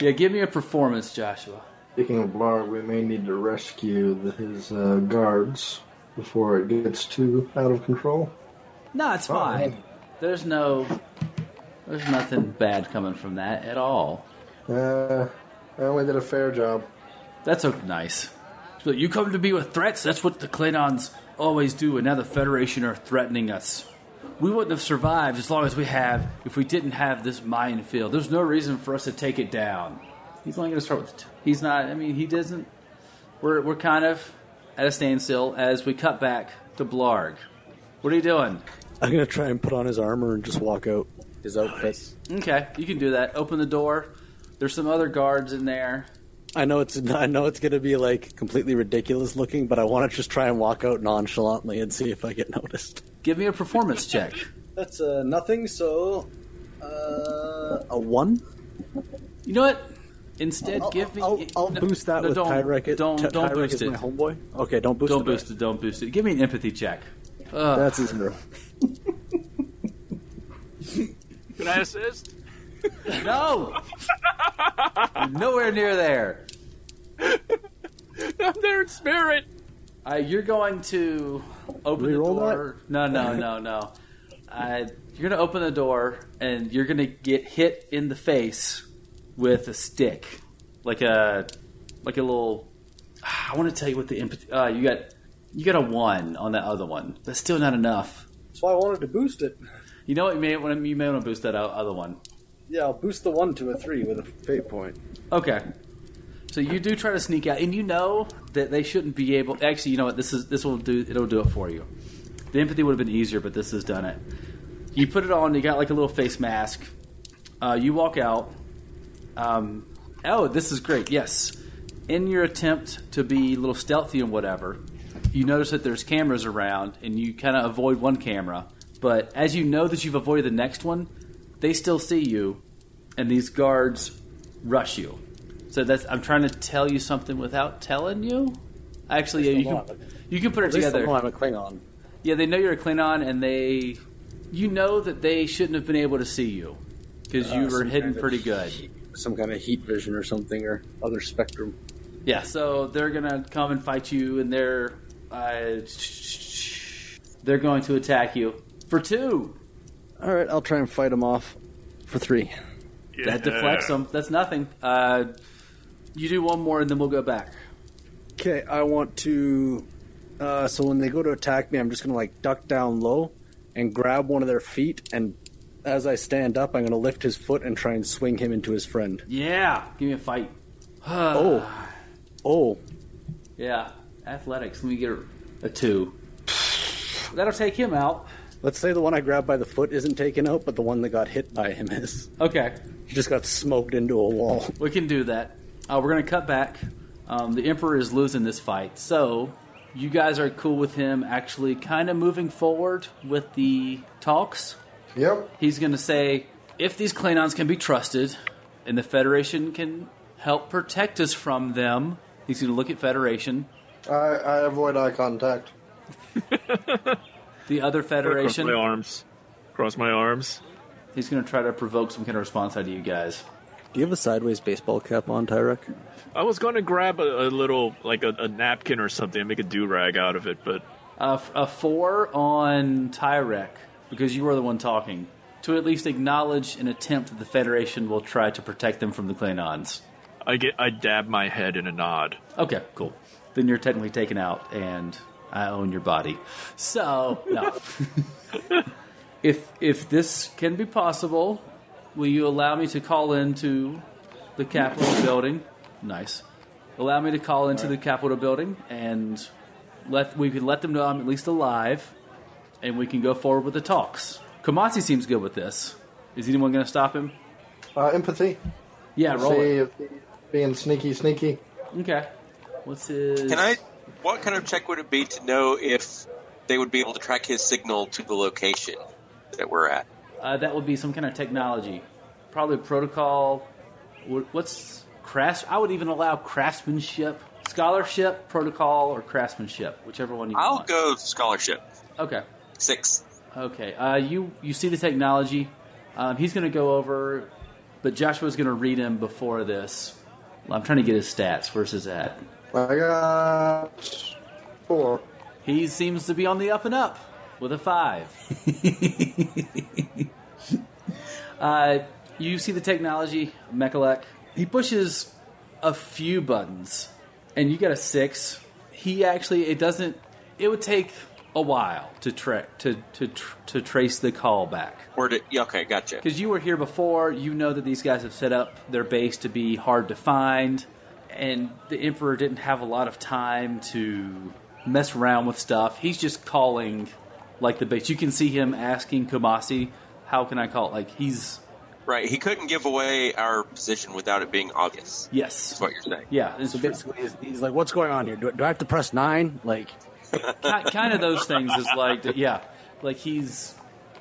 Speaker 2: Yeah, give me a performance, Joshua.
Speaker 5: Speaking of Blarg, we may need to rescue the, his uh, guards before it gets too out of control.
Speaker 2: No, it's fine. There's no there's nothing bad coming from that at all.
Speaker 5: Uh, I only did a fair job.
Speaker 2: That's so nice. So you come to me with threats. That's what the Klingons always do, and now the Federation are threatening us. We wouldn't have survived as long as we have if we didn't have this minefield. There's no reason for us to take it down. He's only going to start with. T- he's not. I mean, he doesn't. We're, we're kind of at a standstill as we cut back to Blarg. What are you doing?
Speaker 8: I'm gonna try and put on his armor and just walk out. His outfit.
Speaker 2: Okay, you can do that. Open the door. There's some other guards in there.
Speaker 8: I know it's I know it's gonna be like completely ridiculous looking, but I want to just try and walk out nonchalantly and see if I get noticed.
Speaker 2: Give me a performance check.
Speaker 9: That's uh, nothing. So, uh,
Speaker 8: A one?
Speaker 2: You know what? Instead,
Speaker 8: I'll,
Speaker 2: give me.
Speaker 8: I'll, I'll
Speaker 2: no,
Speaker 8: boost that
Speaker 2: no,
Speaker 8: with
Speaker 2: don't,
Speaker 8: Tyrek.
Speaker 2: Don't,
Speaker 8: Ty-
Speaker 2: don't
Speaker 8: Tyrek
Speaker 2: boost
Speaker 8: is
Speaker 2: it.
Speaker 8: my homeboy. Okay, don't boost
Speaker 2: Don't
Speaker 8: it.
Speaker 2: boost it. Don't boost it. Give me an empathy check.
Speaker 8: That's his zero.
Speaker 6: Can I assist?
Speaker 2: No! Nowhere near there.
Speaker 6: I'm there in spirit.
Speaker 2: Uh, you're going to open
Speaker 8: Reroll
Speaker 2: the door. No, no, no, no. Uh, you're going to open the door and you're going to get hit in the face with a stick, like a like a little. I want to tell you what the empathy. Uh, you got you got a one on that other one. That's still not enough.
Speaker 10: That's why I wanted to boost it.
Speaker 2: You know what? You may want you may want to boost that o- other one.
Speaker 10: Yeah, I'll boost the one to a three with a fate point.
Speaker 2: Okay. So you do try to sneak out, and you know that they shouldn't be able. Actually, you know what? This is this will do. It'll do it for you. The empathy would have been easier, but this has done it. You put it on. You got like a little face mask. Uh, you walk out. Um, oh, this is great. Yes. In your attempt to be a little stealthy and whatever, you notice that there's cameras around, and you kind of avoid one camera. But as you know that you've avoided the next one, they still see you, and these guards rush you. So that's I'm trying to tell you something without telling you. Actually, yeah, you can you can put it together.
Speaker 8: I'm a Klingon.
Speaker 2: Yeah, they know you're a Klingon, and they, you know that they shouldn't have been able to see you
Speaker 8: Uh,
Speaker 2: because
Speaker 9: Oh,
Speaker 2: you were hidden pretty good.
Speaker 9: some kind of heat vision or something or other spectrum.
Speaker 2: Yeah, so they're gonna come and fight you, and they're uh, sh- sh- sh- they're going to attack you for two.
Speaker 9: All right, I'll try and fight him off for three.
Speaker 2: That deflects them. That's nothing. Uh, you do one more, and then we'll go back.
Speaker 9: Okay, I want to. Uh, so when they go to attack me, I'm just gonna like duck down low and grab one of their feet, and as I stand up, I'm gonna lift his foot and try and swing him into his friend.
Speaker 2: Yeah, give me a fight.
Speaker 9: Oh, oh,
Speaker 2: Yeah, athletics. Let me get a two. That'll take him out.
Speaker 9: let's say the one I grabbed by the foot isn't taken out, but the one that got hit by him is.
Speaker 2: Okay,
Speaker 9: He just got smoked into a wall.
Speaker 2: we can do that. Uh, we're gonna cut back. Um, the emperor is losing this fight, so you guys are cool with him actually kind of moving forward with the talks.
Speaker 5: Yep.
Speaker 2: He's going to say, if these Klingons can be trusted and the Federation can help protect us from them, he's going to look at Federation,
Speaker 5: I, I avoid eye contact.
Speaker 2: the other
Speaker 6: Cross my
Speaker 2: Federation.
Speaker 6: arms. Cross my arms.
Speaker 2: He's going to try to provoke some kind of response out of you guys.
Speaker 8: Do you have a sideways baseball cap on, Tyrek?
Speaker 6: I was gonna grab a, a little, like a, a napkin or something, and make a do rag out of it, but
Speaker 2: A, f- a four on Tyrek, because you were the one talking, to at least acknowledge an attempt that the Federation will try to protect them from the Klingons.
Speaker 6: I get, I dab my head in a nod.
Speaker 2: Okay, cool. Then you're technically taken out, and I own your body. So no. if if this can be possible, will you allow me to call into the Capitol building? Nice. Allow me to call into the Capitol building, and let we can let them know I'm at least alive, and we can go forward with the talks. Kamasi seems good with this. Is anyone going to stop him?
Speaker 5: Uh, empathy.
Speaker 2: Yeah, roll
Speaker 5: See
Speaker 2: it.
Speaker 5: if he's being sneaky, sneaky.
Speaker 2: Okay. What's his?
Speaker 4: Can I? What kind of check would it be to know if they would be able to track his signal to the location that we're at?
Speaker 2: Uh, that would be some kind of technology, probably protocol. Wh- What's crafts? I would even allow craftsmanship, scholarship, protocol, or craftsmanship, whichever one you
Speaker 4: I'll
Speaker 2: want.
Speaker 4: go scholarship
Speaker 2: Okay,
Speaker 4: six.
Speaker 2: okay. Uh, you you see the technology. Um, he's going to go over, but Joshua's going to read him before this. I'm trying to get his stats. Where's his at?
Speaker 5: I got four.
Speaker 2: He seems to be on the up and up with a five. uh, you see the technology, Mechalek. He pushes a few buttons, and you get a six. He actually, it doesn't. It would take a while to tra- to to tr- to trace the call back
Speaker 4: Or to, yeah, okay, gotcha.
Speaker 2: because you were here before. You know that these guys have set up their base to be hard to find. and the emperor didn't have a lot of time to mess around with stuff. He's just calling like the base. You can see him asking Kamasi, "How can I call?" it?" Like he's
Speaker 4: Right. He couldn't give away our position without it being obvious.
Speaker 2: yes,
Speaker 4: Is what you're saying.
Speaker 2: yeah. It's
Speaker 9: So basically, he's, he's like, "What's going on here? Do, do I have to press nine? Like,
Speaker 2: ki- kind of those things is like that- yeah, like he's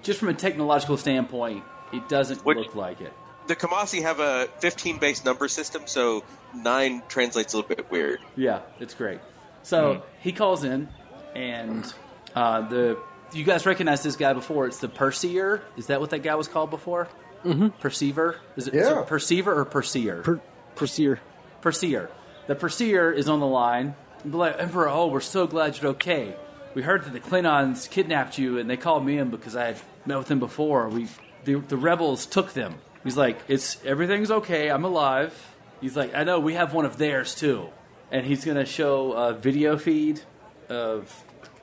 Speaker 2: just from a technological standpoint, it doesn't
Speaker 4: Which-
Speaker 2: look like it.
Speaker 4: The Kamasi have a 15 base number system, so nine translates a little bit weird.
Speaker 2: Yeah, it's great. So he calls in, and uh, the you guys recognize this guy before? It's the Perseer. Is that what that guy was called before? Mm-hmm. Perceiver. Is it, is it
Speaker 5: Yeah.
Speaker 2: Perceiver or Perseer?
Speaker 9: per, perseer.
Speaker 2: Perseer. The Perseer is on the line. And be like, Emperor, oh, we're so glad you're okay. We heard that the Klingons kidnapped you, and they called me in because I had met with them before. We, the, the rebels took them. He's like, it's everything's okay. I'm alive. He's like, I know we have one of theirs too, and he's gonna show a video feed of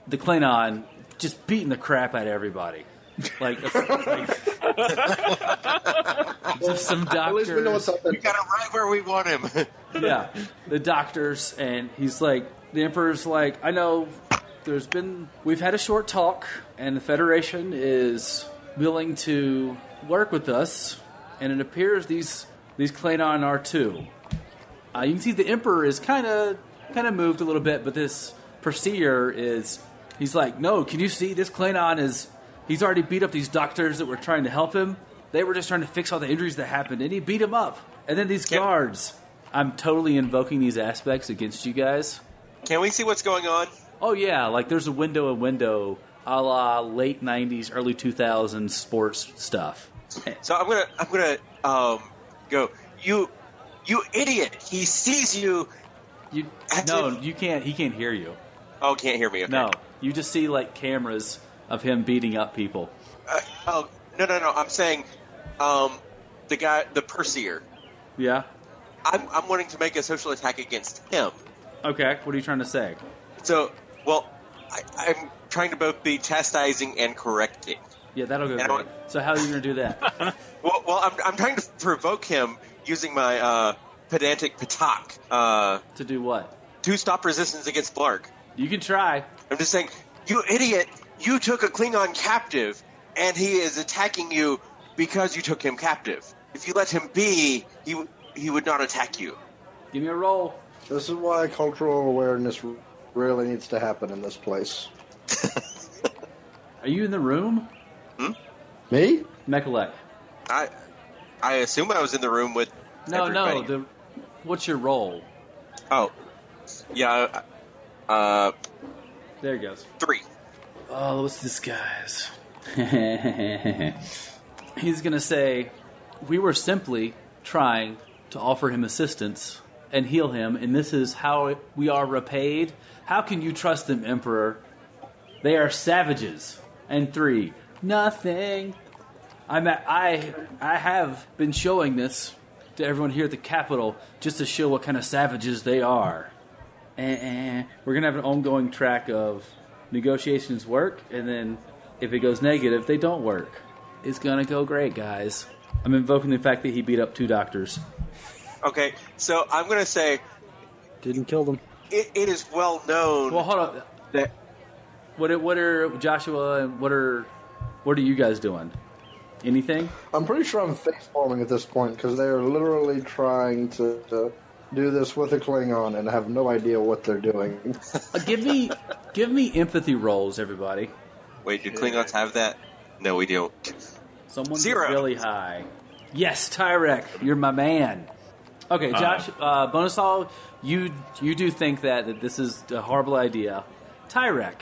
Speaker 2: the Klingon just beating the crap out of everybody. Like, like just some doctors
Speaker 5: At least we know it's something.
Speaker 4: We got him right where we want him.
Speaker 2: yeah, the doctors, and he's like, the emperor's like, I know there's been, we've had a short talk, and the Federation is willing to work with us, and it appears these these Klingon are too. Uh, you can see the emperor is kind of kind of moved a little bit, but this Perseer is, he's like, no, can you see this Klingon is, he's already beat up these doctors that were trying to help him. They were just trying to fix all the injuries that happened, and he beat him up. And then these
Speaker 4: Can-
Speaker 2: guards, I'm totally invoking these aspects against you guys.
Speaker 4: Can we see what's going on?
Speaker 2: Oh yeah, like there's a window and window, a la late '90s, early 2000s sports stuff.
Speaker 4: So I'm gonna I'm gonna um, go. You you idiot! He sees you.
Speaker 2: You
Speaker 4: That's
Speaker 2: no,
Speaker 4: it.
Speaker 2: you can't. He can't hear you.
Speaker 4: Oh, can't hear me. Okay.
Speaker 2: No, you just see like cameras of him beating up people.
Speaker 4: Uh, oh no no no! I'm saying, um, the guy the Perseer.
Speaker 2: Yeah.
Speaker 4: I'm I'm wanting to make a social attack against him.
Speaker 2: Okay. What are you trying to say?
Speaker 4: So well, I, I'm trying to both be chastising and correcting.
Speaker 2: Yeah, that'll go
Speaker 4: And I
Speaker 2: great.
Speaker 4: want-
Speaker 2: So how are you gonna do that?
Speaker 4: Well, well I'm, I'm trying to provoke him using my uh, pedantic patak uh,
Speaker 2: to do what?
Speaker 4: to stop resistance against Blark.
Speaker 2: You can try.
Speaker 4: I'm just saying, you idiot! You took a Klingon captive, and he is attacking you because you took him captive. If you let him be, he w- he would not attack you.
Speaker 2: Give me a roll.
Speaker 5: This is why cultural awareness really needs to happen in this place.
Speaker 2: Are you in the room?
Speaker 5: Me?
Speaker 2: Mechalek.
Speaker 4: I I assume I was in the room with
Speaker 2: No, no.
Speaker 4: everybody.
Speaker 2: The what's your roll?
Speaker 4: oh yeah uh
Speaker 2: There it goes.
Speaker 4: three
Speaker 2: Oh, what's this guy's? He's gonna say, "We were simply trying to offer him assistance and heal him, and this is how we are repaid. How can you trust them, Emperor? They are savages." And three, nothing. I'm at, I I have been showing this to everyone here at the Capitol just to show what kind of savages they are. Eh, eh. We're gonna have an ongoing track of negotiations work, and then if it goes negative, they don't work. It's gonna go great, guys. I'm invoking the fact that he beat up two doctors.
Speaker 4: okay so I'm gonna say
Speaker 9: Didn't kill them.
Speaker 4: it, it is well known
Speaker 2: Well, hold on.
Speaker 4: that
Speaker 2: What are, what are Joshua and what are what are you guys doing? Anything?
Speaker 5: I'm pretty sure I'm face palming at this point because they are literally trying to, to uh, do this with a Klingon and have no idea what they're doing.
Speaker 2: Uh, give me give me empathy rolls, everybody.
Speaker 4: wait do Klingons have that? No, we don't.
Speaker 2: Someone
Speaker 4: Zero.
Speaker 2: really high. Yes, Tyrek, you're my man. Okay, Josh, uh, Bonasol, you you do think that, that this is a horrible idea. Tyrek,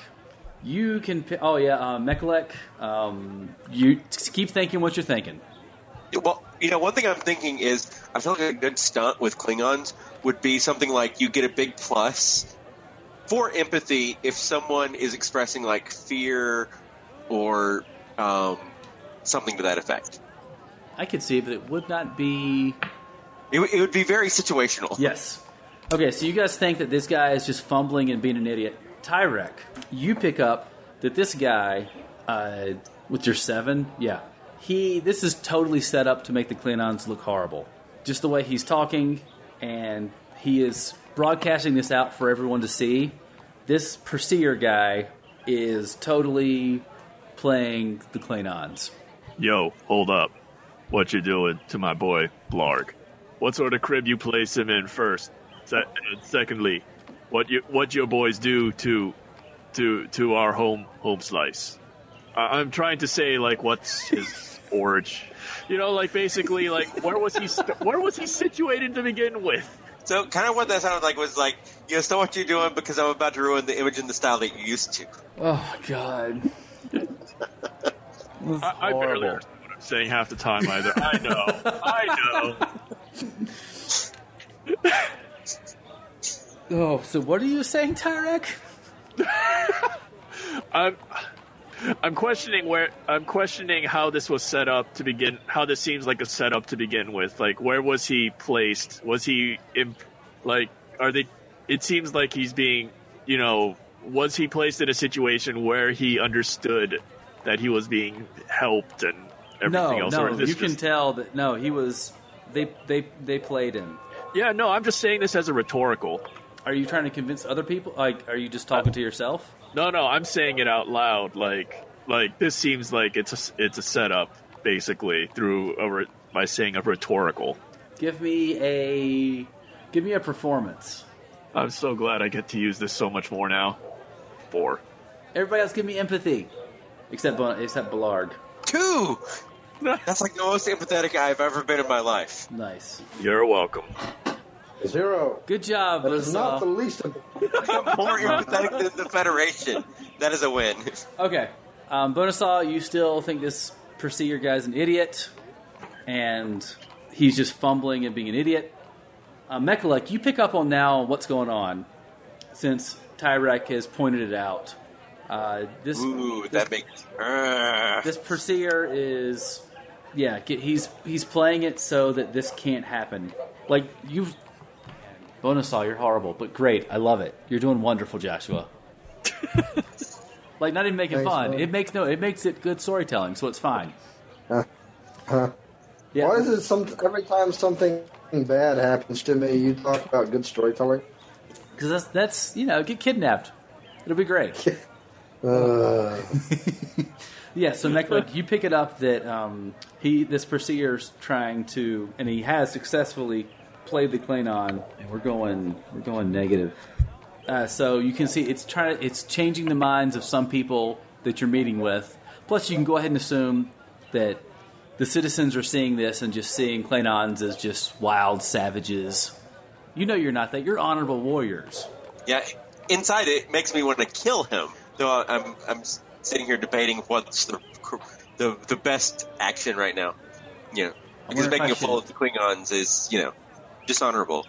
Speaker 2: you can. pi- Oh yeah, uh, Mechalek, um, you t- keep thinking what you're thinking.
Speaker 4: Well, you know, one thing I'm thinking is I feel like a good stunt with Klingons would be something like you get a big plus for empathy if someone is expressing like fear or um, something to that effect.
Speaker 2: I could see, it, but it would not be
Speaker 4: It, w- it would be very situational.
Speaker 2: Yes. Okay, so you guys think that this guy is just fumbling and being an idiot. Tyrek, you pick up that this guy, uh, with your seven, yeah, he. This is totally set up to make the Klingons look horrible. Just the way he's talking, and He is broadcasting this out for everyone to see. This Perseer guy is totally playing the Klingons.
Speaker 6: Yo, hold up. What you doing to my boy, Blarg? What sort of crib you place him in first? Se- and secondly, what you what your boys do to to to our home home slice? I- I'm trying to say like what's his origin? You know, like basically like where was he st- where was he situated to begin with?
Speaker 4: So kind of what that sounded like was like, you know, stop what you're doing because I'm about to ruin the image and the style that you used to.
Speaker 2: Oh God.
Speaker 6: I, I barely understand what I'm saying half the time either. I know, I know.
Speaker 2: Oh, so what are you saying, Tyrek?
Speaker 6: I'm I'm questioning where I'm questioning how this was set up to begin. How this seems like a setup to begin with. Like, where was he placed? Was he imp, like? Are they? It seems like he's being. You know, was he placed in a situation where he understood that he was being helped and everything
Speaker 2: No,
Speaker 6: else?
Speaker 2: no,
Speaker 6: or is this
Speaker 2: you can
Speaker 6: just-
Speaker 2: tell that no, he was. They they they played him.
Speaker 6: yeah, no. I'm just saying this as a rhetorical.
Speaker 2: Are you trying to convince other people? Like, are you just talking to yourself?
Speaker 6: No, no, I'm saying it out loud. Like, like this seems like it's a, it's a setup basically through a, rhe- by saying a rhetorical.
Speaker 2: Give me a give me a performance.
Speaker 6: I'm so glad I get to use this so much more now. Four.
Speaker 2: Everybody else, give me empathy, except Bon- except Belarg.
Speaker 4: Two. That's like the most empathetic I've ever been in my life.
Speaker 2: Nice,
Speaker 6: You're welcome.
Speaker 5: Zero.
Speaker 2: good job.
Speaker 5: That is
Speaker 2: Buzzsaw.
Speaker 5: not the least of
Speaker 4: I'm more empathetic than the Federation. That is a win.
Speaker 2: Okay. Um, Bonusaw, you still think this Perseer guy's an idiot, and he's just fumbling and being an idiot. Uh, Mechalek, you pick up on now what's going on, since Tyrek has pointed it out. Uh, this
Speaker 4: Ooh, that makes. uh, Urgh.
Speaker 2: this Perseer is, yeah, ge- he's he's playing it so that this can't happen. Like you, Bonusaw, you're horrible, but great, I love it. You're doing wonderful, Joshua. like not even making
Speaker 5: Thanks,
Speaker 2: fun.
Speaker 5: bud.
Speaker 2: It makes no, it makes it good storytelling, so it's fine.
Speaker 5: it. Why is it some every time something bad happens to me, you talk about good storytelling?
Speaker 2: Because that's that's you know get kidnapped. It'll be great.
Speaker 5: Uh,
Speaker 2: Yeah, so Mech, like you pick it up that um, he this Perseer's trying to, and he has successfully played the Klingon, and we're going we're going negative. Uh, so you can see it's trying it's changing the minds of some people that you're meeting with. Plus, you can go ahead and assume that the citizens are seeing this and just seeing Klingons as just wild savages. You know, you're not that. You're honorable warriors.
Speaker 4: Yeah, inside it makes me want to kill him. Though I- I'm I'm sitting here debating what's the cr- the the best action right now. You know, because
Speaker 2: wonder if I
Speaker 4: making a fool
Speaker 2: should-
Speaker 4: of the Klingons is you know dishonorable.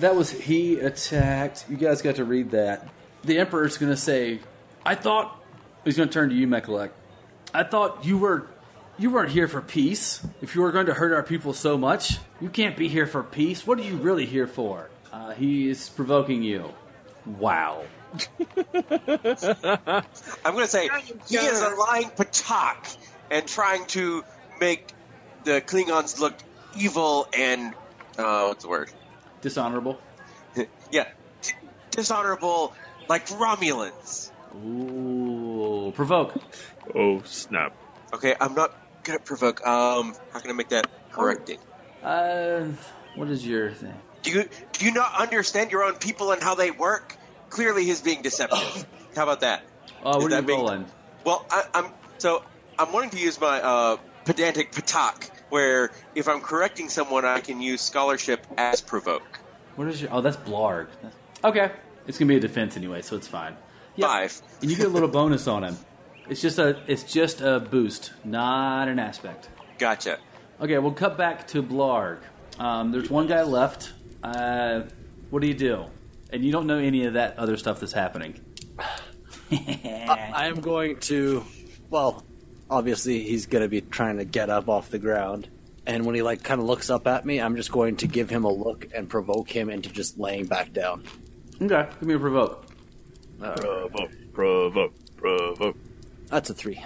Speaker 2: That was he attacked. You guys got to read that. The Emperor's going to say, "I thought." He's going to turn to you, Mechalek. I thought you were, you weren't here for peace. If you were going to hurt our people so much, you can't be here for peace. What are you really here for? Uh, he is provoking you. Wow.
Speaker 4: I'm going to say he is a lying patak and trying to make the Klingons look evil and uh, what's the word?
Speaker 2: Dishonorable.
Speaker 4: Yeah, dishonorable like Romulans.
Speaker 2: Ooh, provoke.
Speaker 6: Oh snap!
Speaker 4: Okay, I'm not gonna provoke. Um, how can I make that correcting?
Speaker 2: Uh, what is your thing?
Speaker 4: Do you do you not understand your own people and how they work? Clearly, he's being deceptive. how about that?
Speaker 2: Oh,
Speaker 4: Is
Speaker 2: what are
Speaker 4: that
Speaker 2: you
Speaker 4: being-
Speaker 2: rolling?
Speaker 4: Well, I, I'm so I'm wanting to use my uh, pedantic patak, where if I'm correcting someone, I can use scholarship as provoke.
Speaker 2: What is your? Oh, that's Blarg. That's- Okay, it's gonna be a defense anyway, so it's fine. Yeah.
Speaker 4: Five.
Speaker 2: and you get a little bonus on him. It's just a it's just a boost, not an aspect.
Speaker 4: Gotcha.
Speaker 2: Okay, we'll cut back to Blarg. Um, there's one guy left. Uh, what do you do? And you don't know any of that other stuff that's happening.
Speaker 8: Uh, I am going to. Well, obviously he's going to be trying to get up off the ground, and when he like kind of looks up at me, I'm just going to give him a look and provoke him into just laying back down.
Speaker 2: Okay, give me a provoke.
Speaker 6: Provoke, provoke, provoke.
Speaker 8: That's a three.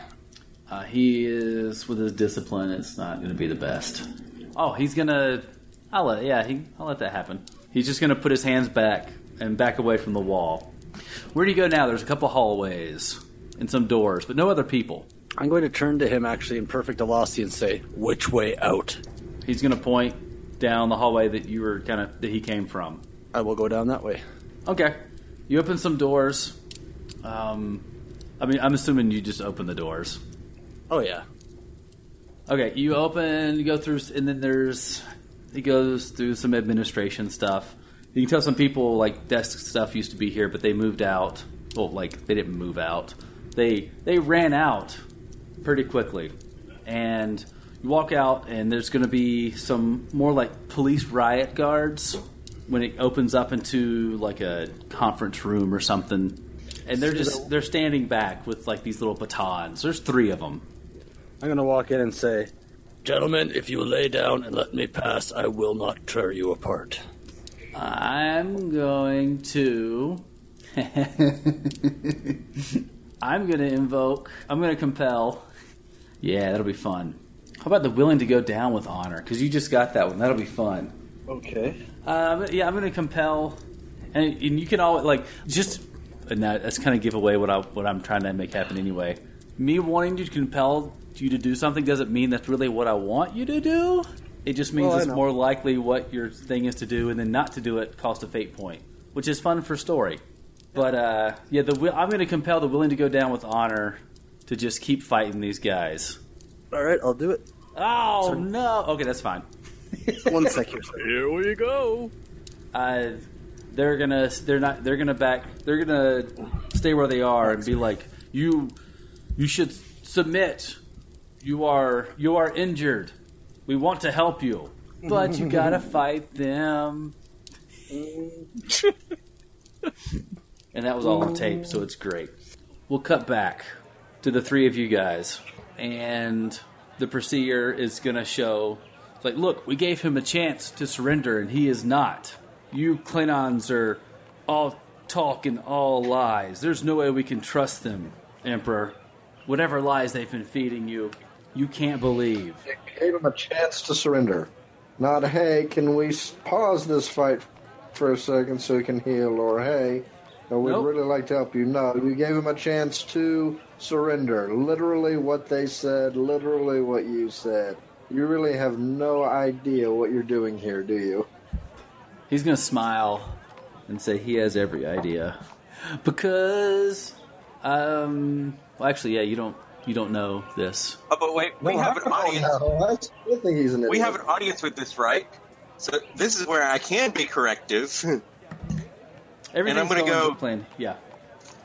Speaker 2: Uh, he is with his discipline. It's not going to be the best. Oh, he's gonna. I'll let yeah. He, I'll let that happen. He's just going to put his hands back and back away from the wall. Where do you go now? There's a couple hallways and some doors, but no other people.
Speaker 8: I'm going to turn to him actually in perfect velocity and say, "Which way out?"
Speaker 2: He's going to point down the hallway that you were kind of that he came from.
Speaker 8: I will go down that way.
Speaker 2: Okay, you open some doors. Um, I mean, I'm assuming you just open the doors.
Speaker 8: Oh yeah,
Speaker 2: Okay, you open, you go through, and then there's he goes through some administration stuff. You can tell some people like desk stuff used to be here, but they moved out. Well, like they didn't move out. They they ran out pretty quickly, and you walk out, and there's going to be some more like police riot guards when it opens up into like a conference room or something. And they're just they're standing back with like these little batons. There's three of them.
Speaker 9: I'm gonna walk in and say,
Speaker 8: gentlemen, if you lay down and let me pass, I will not tear you apart.
Speaker 2: I'm going to. I'm going to invoke. I'm going to compel. Yeah, that'll be fun. How about the willing to go down with honor? Because you just got that one. That'll be fun.
Speaker 10: Okay.
Speaker 2: Um, yeah, I'm going to compel, and, and you can all like just. uh, And that, that's kind of give away what I what I'm trying to make happen anyway. Me wanting to compel you to do something doesn't mean that's really what I want you to do. It just means
Speaker 9: Well, I
Speaker 2: it's
Speaker 9: know.
Speaker 2: more likely what your thing is to do, and then not to do it cost a fate point, which is fun for story. But uh, yeah, the wi- I'm going to compel the willing to go down with honor to just keep fighting these guys.
Speaker 8: All right, I'll do it.
Speaker 2: Oh no! Okay, that's fine.
Speaker 8: One sec here.
Speaker 6: Here we go.
Speaker 2: uh, they're gonna they're not they're gonna back they're gonna stay where they are and be like you you should submit you are you are injured we want to help you but you gotta fight them and that was all on tape so it's great we'll cut back to the three of you guys and the procedure is gonna show it's like look we gave him a chance to surrender and he is not you Klingons are all talk and all lies. There's no way we can trust them, Emperor. Whatever lies they've been feeding you, you can't believe.
Speaker 5: Gave him a chance to surrender. Not, hey, can we s- pause this fight for a second so he can heal? Or, hey, no, we'd
Speaker 2: Nope.
Speaker 5: really like to help you. No, you gave him a chance to surrender. Literally what they said, literally what you said. You really have no idea what you're doing here, do you?
Speaker 2: He's gonna smile and say he has every idea because, um, well, actually, yeah, you don't you don't know this.
Speaker 4: Oh, but wait, we have an audience.
Speaker 5: I think he's an
Speaker 4: We
Speaker 5: idiot.
Speaker 4: have an audience with this, right? So this is where I can be corrective.
Speaker 2: Everything's
Speaker 4: I'm gonna
Speaker 2: going
Speaker 4: go-
Speaker 2: to plan. Yeah,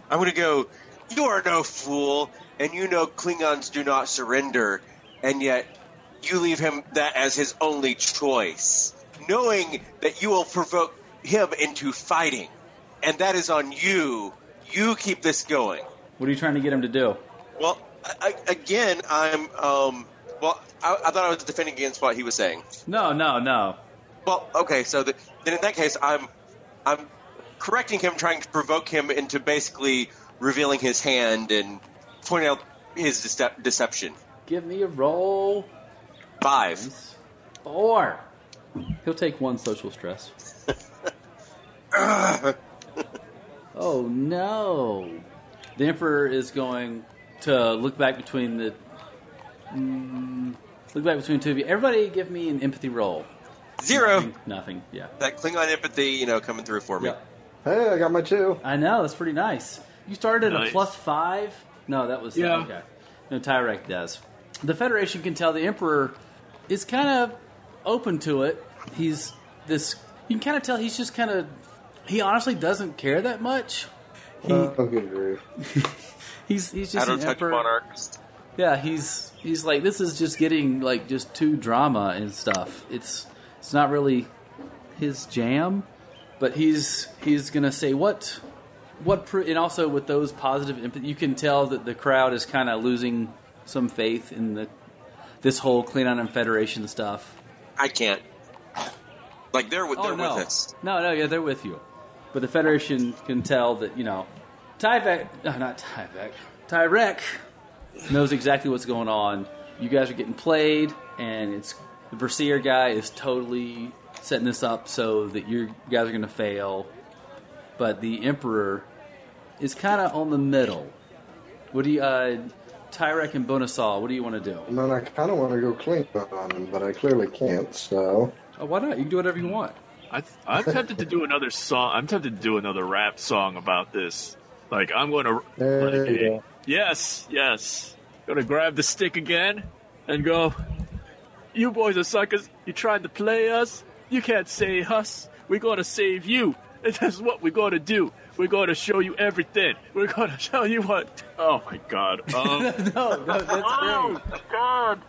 Speaker 4: I'm going to go, you are no fool, and you know Klingons do not surrender, and yet you leave him that as his only choice, knowing that you will provoke him into fighting. And that is on you. You keep this going.
Speaker 2: what are you trying to get him to do?
Speaker 4: Well, I, I, again, I'm, um, well, I, I thought I was defending against what he was saying.
Speaker 2: No, no, no.
Speaker 4: Well, okay, so the, then in that case, I'm I'm correcting him, trying to provoke him into basically revealing his hand and pointing out his decep deception.
Speaker 2: Give me a roll.
Speaker 4: Five.
Speaker 2: Four. He'll take one social stress. oh no. The Emperor is going to look back between the. Mm, look back between the two of you. Everybody give me an empathy roll.
Speaker 4: Zero.
Speaker 2: Nothing. Yeah.
Speaker 4: That Klingon empathy, you know, coming through for me.
Speaker 2: Yeah.
Speaker 5: hey, I got my two.
Speaker 2: I know, that's pretty nice. You started at a
Speaker 6: Nice.
Speaker 2: plus five? No, that was.
Speaker 6: Yeah.
Speaker 2: Okay. No, Tyrek does. The Federation can tell the Emperor is kind of open to it. He's this. You can kind of tell he's just kind of. He honestly doesn't care that much. He,
Speaker 5: Oh, good grief.
Speaker 2: he's he's just
Speaker 4: I don't
Speaker 2: an
Speaker 4: touch
Speaker 2: emperor.
Speaker 4: monarchs.
Speaker 2: Yeah, he's he's like this is just getting like just too drama and stuff. It's it's not really his jam, but he's he's gonna say what what pro- and also with those positive imp- you can tell that the crowd is kind of losing some faith in the this whole Klingon and Federation stuff.
Speaker 4: I can't. Like they're with they're
Speaker 2: Oh, no.
Speaker 4: with us.
Speaker 2: No, no, yeah, they're with you. But the Federation can tell that, you know, Tyvek, no, not Tyvek, Tyrek knows exactly what's going on. You guys are getting played, and it's the Berseer guy is totally setting this up so that you guys are going to fail. But the Emperor is kind of on the middle. What do you, uh, Tyrek and Bonasol, what do you want to do?
Speaker 5: And then I kind of want to go Klingon on him, but I clearly can't. So
Speaker 2: Oh, why not? You can do whatever you want.
Speaker 6: I th- I'm tempted to do another song. I'm tempted to do another rap song about this. Like I'm going to.
Speaker 5: There you go.
Speaker 6: Yes, yes. Going to grab the stick again and go. You boys are suckers. You trying to play us? You can't save us. We're going to save you. And that's what we're going to do. We're going to show you everything. We're going to show you what. Oh my God. Um, Oh,
Speaker 2: No, no, that's great.
Speaker 6: God.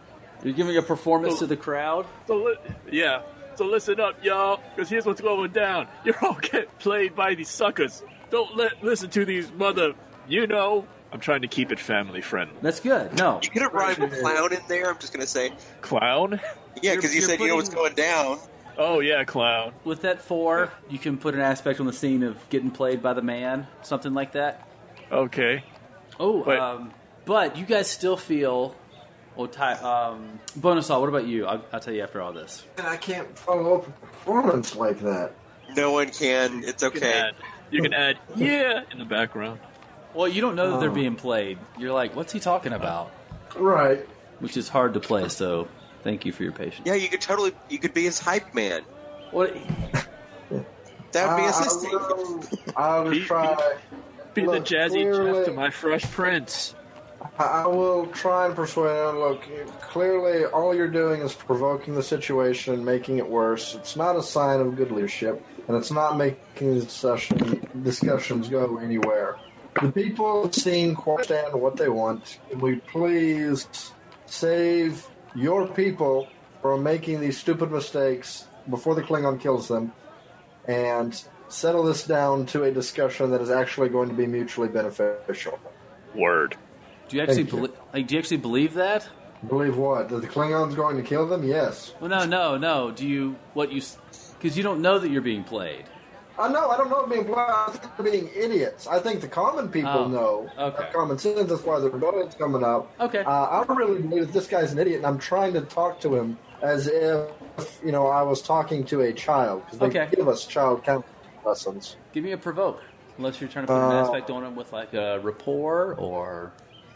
Speaker 2: You're giving a performance to the crowd.
Speaker 6: So li- yeah. So listen up, y'all, because here's what's going down. You're all getting played by these suckers. Don't let listen to these mother. You know. I'm trying to keep it family friendly.
Speaker 2: That's good. No,
Speaker 4: You could have rhymed clown in there. I'm just gonna say,
Speaker 6: Clown.
Speaker 4: yeah, because you
Speaker 2: You're-
Speaker 4: said you know what's going down.
Speaker 6: Oh yeah, clown.
Speaker 2: with that four, you can put an aspect on the scene of getting played by the man, something like that.
Speaker 6: Okay.
Speaker 2: Oh,
Speaker 6: Wait.
Speaker 2: um, but you guys still feel. Oh, Ty, um, bonus all. What about you? I'll, I'll tell you after all this.
Speaker 5: And I can't follow up a performance like that.
Speaker 4: No one can. It's
Speaker 6: You
Speaker 4: okay.
Speaker 6: can add. You can add yeah in the background.
Speaker 2: Well, you don't know that they're being played. You're like, what's he talking about?
Speaker 5: Right.
Speaker 2: Which is hard to play. So, thank you for your patience.
Speaker 4: Yeah, you could totally. You could be his hype man.
Speaker 2: Well,
Speaker 4: That
Speaker 2: Ah,
Speaker 4: would be
Speaker 5: I-
Speaker 4: assisting.
Speaker 5: I will- I will
Speaker 6: Be-
Speaker 5: try.
Speaker 6: Be the
Speaker 5: Look,
Speaker 6: jazzy
Speaker 5: clearly-
Speaker 6: chef to my fresh prince.
Speaker 5: I I will try and persuade him. Look, you- clearly, all you're doing is provoking the situation and making it worse. It's not a sign of good leadership, and it's not making the session, discussions go anywhere. The people seem quite understand what they want. Can we please save your people from making these stupid mistakes before the Klingon kills them, and settle this down to a discussion that is actually going to be mutually beneficial?
Speaker 6: Word.
Speaker 2: do you actually
Speaker 5: Thank you.
Speaker 2: belie like? Do you actually believe that?
Speaker 5: Believe what? That the Klingon's going to kill them? Yes.
Speaker 2: Well, no, no, no. Do you what you? Because you don't know that you're being played.
Speaker 5: I know. I don't know. Being blind, I think they're being idiots. I think the common people
Speaker 2: Oh,
Speaker 5: know.
Speaker 2: okay.
Speaker 5: Common sense. That's why the rebellion's coming up.
Speaker 2: Okay.
Speaker 5: Uh, I really believe that this guy's an idiot, and I'm trying to talk to him as if you know I was talking to a child because they
Speaker 2: Okay.
Speaker 5: give us child counsel lessons.
Speaker 2: Give me a provoke, unless you're trying to put an
Speaker 5: Uh,
Speaker 2: aspect on him with like a rapport or.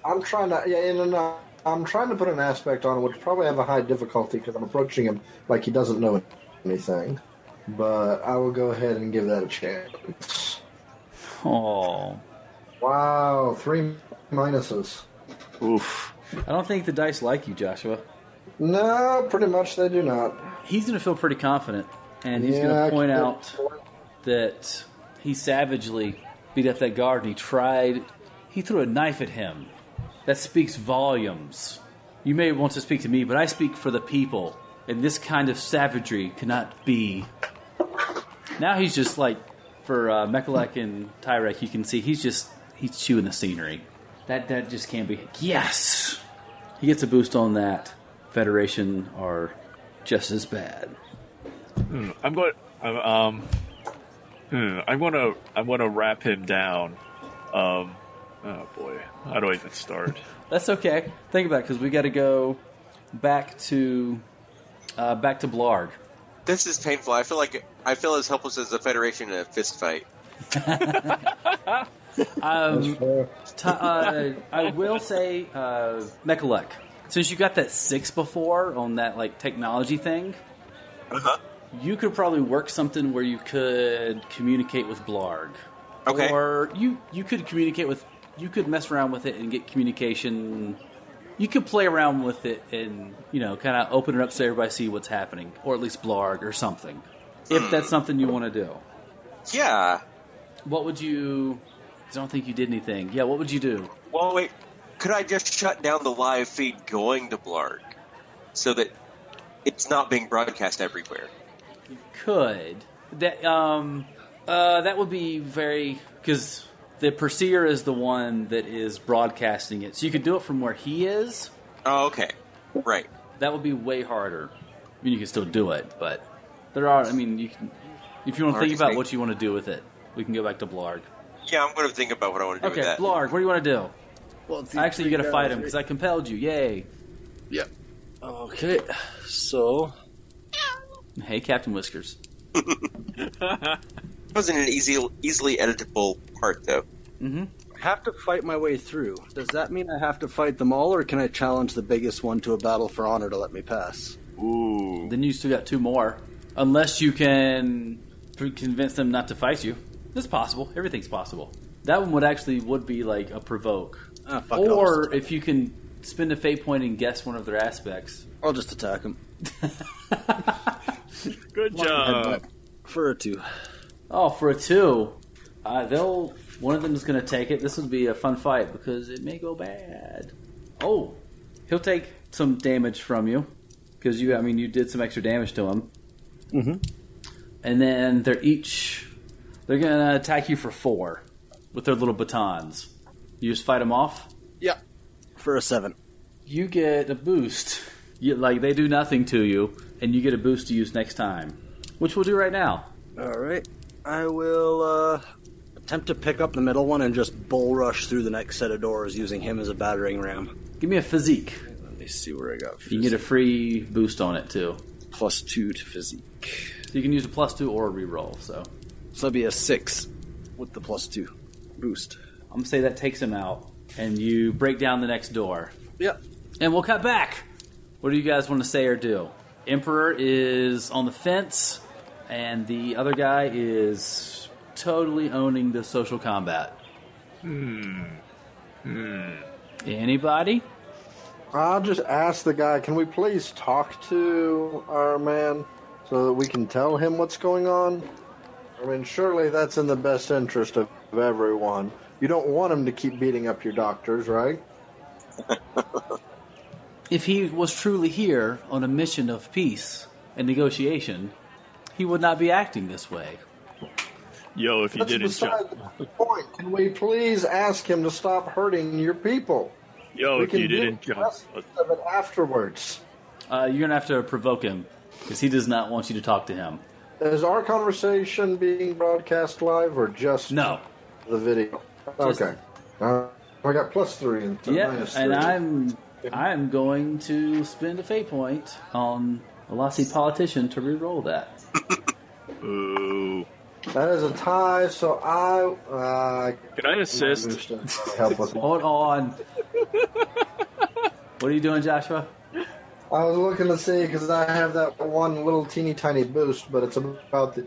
Speaker 5: I'm trying to. Yeah, and uh, I'm trying to put an aspect on him, which probably have a high difficulty because I'm approaching him like he doesn't know anything. But I will go ahead and give that a chance.
Speaker 2: Oh,
Speaker 5: Wow, three minuses.
Speaker 6: Oof.
Speaker 2: I don't think the dice like you, Joshua.
Speaker 5: No, pretty much they do not.
Speaker 2: He's going to feel pretty confident, and he's
Speaker 5: Yeah,
Speaker 2: going
Speaker 5: I
Speaker 2: to point
Speaker 5: can-
Speaker 2: out that he savagely beat up that guard. And he tried. He threw a knife at him. That speaks volumes. You may want to speak to me, but I speak for the people, and this kind of savagery cannot be. Now he's just like for uh, Mechalek and Tyrek. You can see he's just he's chewing the scenery. That that just can't be. Yes, he gets a boost on that. Federation are just as bad.
Speaker 6: I'm going. I'm, um. hmm, I'm gonna. I'm gonna wrap him down. Um. Oh boy. How do I even start?
Speaker 2: That's okay. Think about it because we got to go back to uh, back to Blarg.
Speaker 4: This is painful. I feel like I feel as helpless as the Federation in a fist fight.
Speaker 2: Ti- uh, I will say, uh, Mechalek, since you got that six before on that like technology thing, you could probably work something where you could communicate with Blarg,
Speaker 4: Okay.
Speaker 2: or you you could communicate with you could mess around with it and get communication. You could play around with it and you know kind of open it up so everybody see what's happening, or at least Blarg or something. If that's something you want to do,
Speaker 4: Yeah.
Speaker 2: what would you? 'cause I don't think you did anything. Yeah, what would you do?
Speaker 4: Well, wait. Could I just shut down the live feed going to Blarg so that it's not being broadcast everywhere?
Speaker 2: could that um uh that would be very because the pursuer is the one that is broadcasting it so you could do it from where he is
Speaker 4: Oh, okay. Right.
Speaker 2: that would be way harder i mean you can still do it but there are i mean you can if you want to
Speaker 4: Hard
Speaker 2: think
Speaker 4: to
Speaker 2: about
Speaker 4: say.
Speaker 2: what you want to do with it we can go back to blarg
Speaker 4: Yeah, I'm going to think about what I want to do
Speaker 2: okay
Speaker 4: with that.
Speaker 2: blarg what do you want to do
Speaker 8: Well, it's
Speaker 2: actually you
Speaker 8: three
Speaker 2: gotta fight
Speaker 8: guys,
Speaker 2: him because i compelled you yay
Speaker 8: right? Okay, so
Speaker 2: Hey, Captain Whiskers.
Speaker 4: It wasn't an easy, easily editable part, though.
Speaker 8: have to fight my way through. Does that mean I have to fight them all, or can I challenge the biggest one to a battle for honor to let me pass?
Speaker 6: Ooh.
Speaker 2: Then you still got two more, unless you can pre- convince them not to fight you. It's possible. Everything's possible. That one would actually would be like a provoke,
Speaker 8: Ah, fuck it, I'll
Speaker 2: or
Speaker 8: just-
Speaker 2: if you can spend a fate point and guess one of their aspects.
Speaker 8: I'll just attack him.
Speaker 6: Good job.
Speaker 8: For a two.
Speaker 2: Oh, for a two, uh, they'll one of them is going to take it. This would be a fun fight because it may go bad. Oh, he'll take some damage from you because you. I mean, you did some extra damage to him. Mm-hmm. And then they're each they're going to attack you for four with their little batons. You just fight them off.
Speaker 8: For a seven.
Speaker 2: You get a boost. You, like they do nothing to you, and you get a boost to use next time, which we'll do right now.
Speaker 8: All right. I will uh, attempt to pick up the middle one and just bull rush through the next set of doors using him as a battering ram.
Speaker 2: Give me a physique.
Speaker 8: Let me see where I got.
Speaker 2: You can get a free boost on it too.
Speaker 8: plus two to physique.
Speaker 2: So you can use a plus two or a reroll. So
Speaker 8: So that'd be a six with the plus two boost.
Speaker 2: I'm gonna say that takes him out, and you break down the next door.
Speaker 8: Yep.
Speaker 2: And we'll cut back. What do you guys want to say or do? Emperor is on the fence, and the other guy is totally owning the social combat. Hmm. Hmm. Anybody?
Speaker 5: I'll just ask the guy, can we please talk to our man so that we can tell him what's going on? I mean, surely that's in the best interest of of everyone. You don't want him to keep beating up your doctors, right?
Speaker 2: If he was truly here on a mission of peace and negotiation, he would not be acting this way.
Speaker 6: Yo, if you
Speaker 5: That's
Speaker 6: didn't
Speaker 5: beside
Speaker 6: jump.
Speaker 5: the point. Can we please ask him to stop hurting your people?
Speaker 6: Yo,
Speaker 5: we
Speaker 6: if
Speaker 5: can
Speaker 6: you
Speaker 5: do
Speaker 6: didn't
Speaker 5: the
Speaker 6: jump.
Speaker 5: rest of it afterwards.
Speaker 2: Uh, you're gonna have to provoke him because he does not want you to talk to him.
Speaker 5: Is our conversation being broadcast live or just
Speaker 2: No.
Speaker 5: the video?
Speaker 2: Just-
Speaker 5: okay. Uh, I got plus three and th-
Speaker 2: Yeah,
Speaker 5: minus
Speaker 2: and
Speaker 5: three.
Speaker 2: I'm I'm going to spend a fate point on a lossy politician to re-roll that.
Speaker 6: Ooh.
Speaker 5: That is a tie, so I. Uh,
Speaker 6: Can I assist?
Speaker 5: help with
Speaker 2: Hold on. what are you doing, Joshua?
Speaker 5: I was looking to see because I have that one little teeny tiny boost, but it's about the,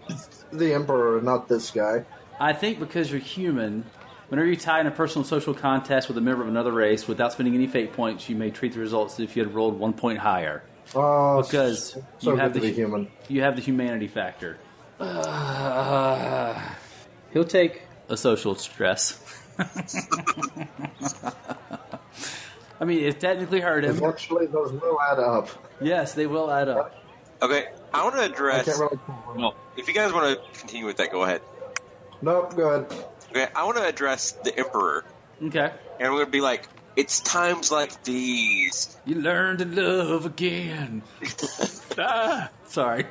Speaker 5: the Emperor, not this guy.
Speaker 2: I think because you're human, whenever you tie in a personal social contest with a member of another race without spending any fate points, you may treat the results as if you had rolled one point higher.
Speaker 5: Oh,
Speaker 2: Because
Speaker 5: so
Speaker 2: you
Speaker 5: good
Speaker 2: have
Speaker 5: to
Speaker 2: the
Speaker 5: be human.
Speaker 2: You have the humanity factor. he'll take a social stress. I mean, it technically hurt him.
Speaker 5: Eventually, those will add up.
Speaker 2: Yes, they will add up.
Speaker 4: Okay, I want to
Speaker 5: I
Speaker 4: address.
Speaker 5: can't really.
Speaker 4: Well, if you guys want to continue with that, go ahead.
Speaker 5: Nope, good.
Speaker 4: Okay, I want to address the Emperor,
Speaker 2: Okay.
Speaker 4: and we're going to be like, it's times like these
Speaker 2: You learn to love again.
Speaker 6: Ah,
Speaker 2: Sorry.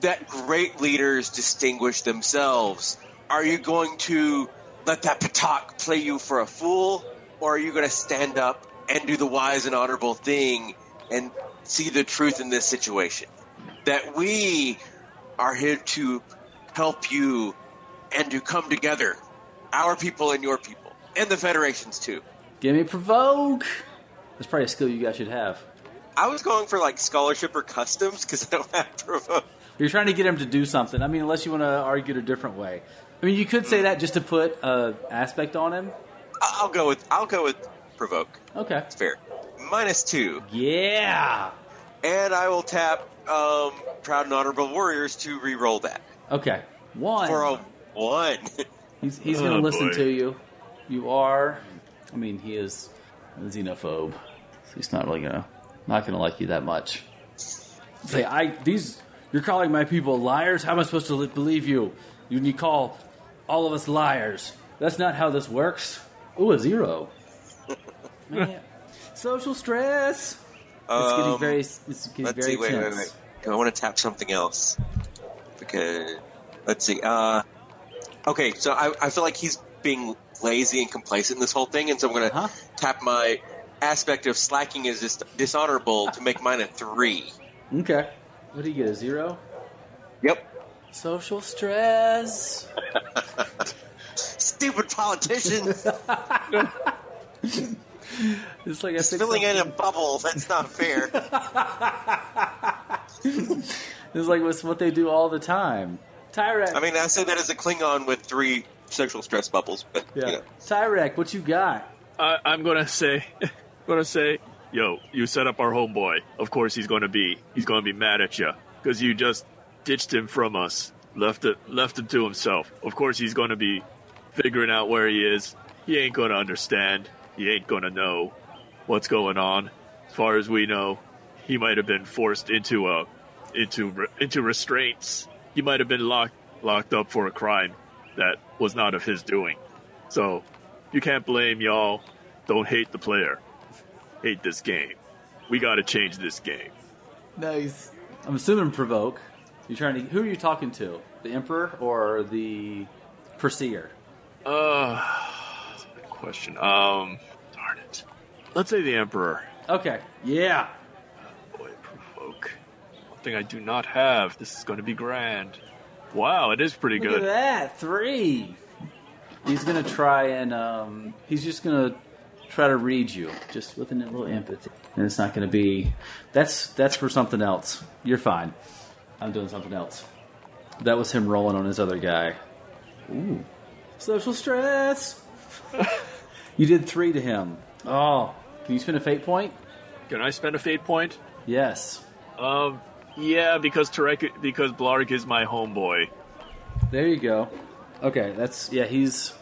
Speaker 4: that great leaders distinguish themselves. Are you going to let that patak play you for a fool, or are you going to stand up and do the wise and honorable thing and see the truth in this situation? That we are here to help you and to come together, our people and your people, and the federations too.
Speaker 2: Give me provoke. That's probably a skill you guys should have.
Speaker 4: I was going for like scholarship or customs because I don't have provoke.
Speaker 2: You're trying to get him to do something. I mean, unless you want to argue it a different way. I mean, you could say that just to put a aspect on him.
Speaker 4: I- I'll go with I'll go with provoke.
Speaker 2: Okay.
Speaker 4: Fair. Minus two.
Speaker 2: Yeah.
Speaker 4: And I will tap um, Proud and Honorable Warriors to re-roll that.
Speaker 2: Okay. One.
Speaker 4: For a one.
Speaker 2: He's, he's going to
Speaker 6: Oh,
Speaker 2: listen
Speaker 6: boy.
Speaker 2: to you. You are. I mean, he is a xenophobe. So he's not really going to not going to like you that much. Say, I these you're calling my people liars. How am I supposed to li- believe you? You you call all of us liars. That's not how this works. Ooh, a zero. Man. Social stress. It's getting
Speaker 4: Um,
Speaker 2: very. It's getting
Speaker 4: Let's
Speaker 2: very
Speaker 4: see. Wait,
Speaker 2: tense.
Speaker 4: wait, wait. Do I want to tap something else? Because let's see. Uh, okay, so I, I feel like he's being lazy and complacent in this whole thing, and so I'm going to
Speaker 2: Huh?
Speaker 4: tap my aspect of slacking is dis- dishonorable to make mine a three.
Speaker 2: Okay. What do you get? A zero?
Speaker 4: Yep.
Speaker 2: Social stress.
Speaker 4: Stupid politician
Speaker 2: It's like I picked
Speaker 4: filling
Speaker 2: up-
Speaker 4: in a bubble. That's not fair.
Speaker 2: It's like it's what they do all the time. Tyrek.
Speaker 4: I mean, I say that as a Klingon with three sexual stress bubbles, but
Speaker 2: yeah.
Speaker 4: you know.
Speaker 2: Tyrek, what you got?
Speaker 6: I, I'm gonna say, gonna say, yo, you set up our homeboy. Of course he's gonna be, he's gonna be mad at you because you just ditched him from us, left it, left him to himself. Of course he's gonna be figuring out where he is. He ain't gonna understand. He ain't gonna know what's going on. As far as we know, he might have been forced into a, into re- into restraints. He might have been locked locked up for a crime that was not of his doing. So you can't blame y'all. Don't hate the player. Hate this game. We got to change this game.
Speaker 2: Nice. I'm assuming provoke. You're trying to. Who are you talking to? The emperor or the perseer?
Speaker 6: Uh, that's a good question. Um, darn it. Let's say the Emperor.
Speaker 2: Okay. Yeah.
Speaker 6: Boy, provoke. One thing I do not have. This is going to be grand. Wow, it is pretty
Speaker 2: Look at
Speaker 6: good.
Speaker 2: that three. He's gonna try and um, he's just gonna try to read you, just with a little empathy, and it's not gonna be. That's that's for something else. You're fine. I'm doing something else. That was him rolling on his other guy. Ooh, social stress. you did three to him. Oh, can you spend a fate point?
Speaker 6: Can I spend a fate point?
Speaker 2: Yes.
Speaker 6: Um, yeah, because Tarek, because Blarg is my homeboy.
Speaker 2: There you go. Okay, that's yeah. He's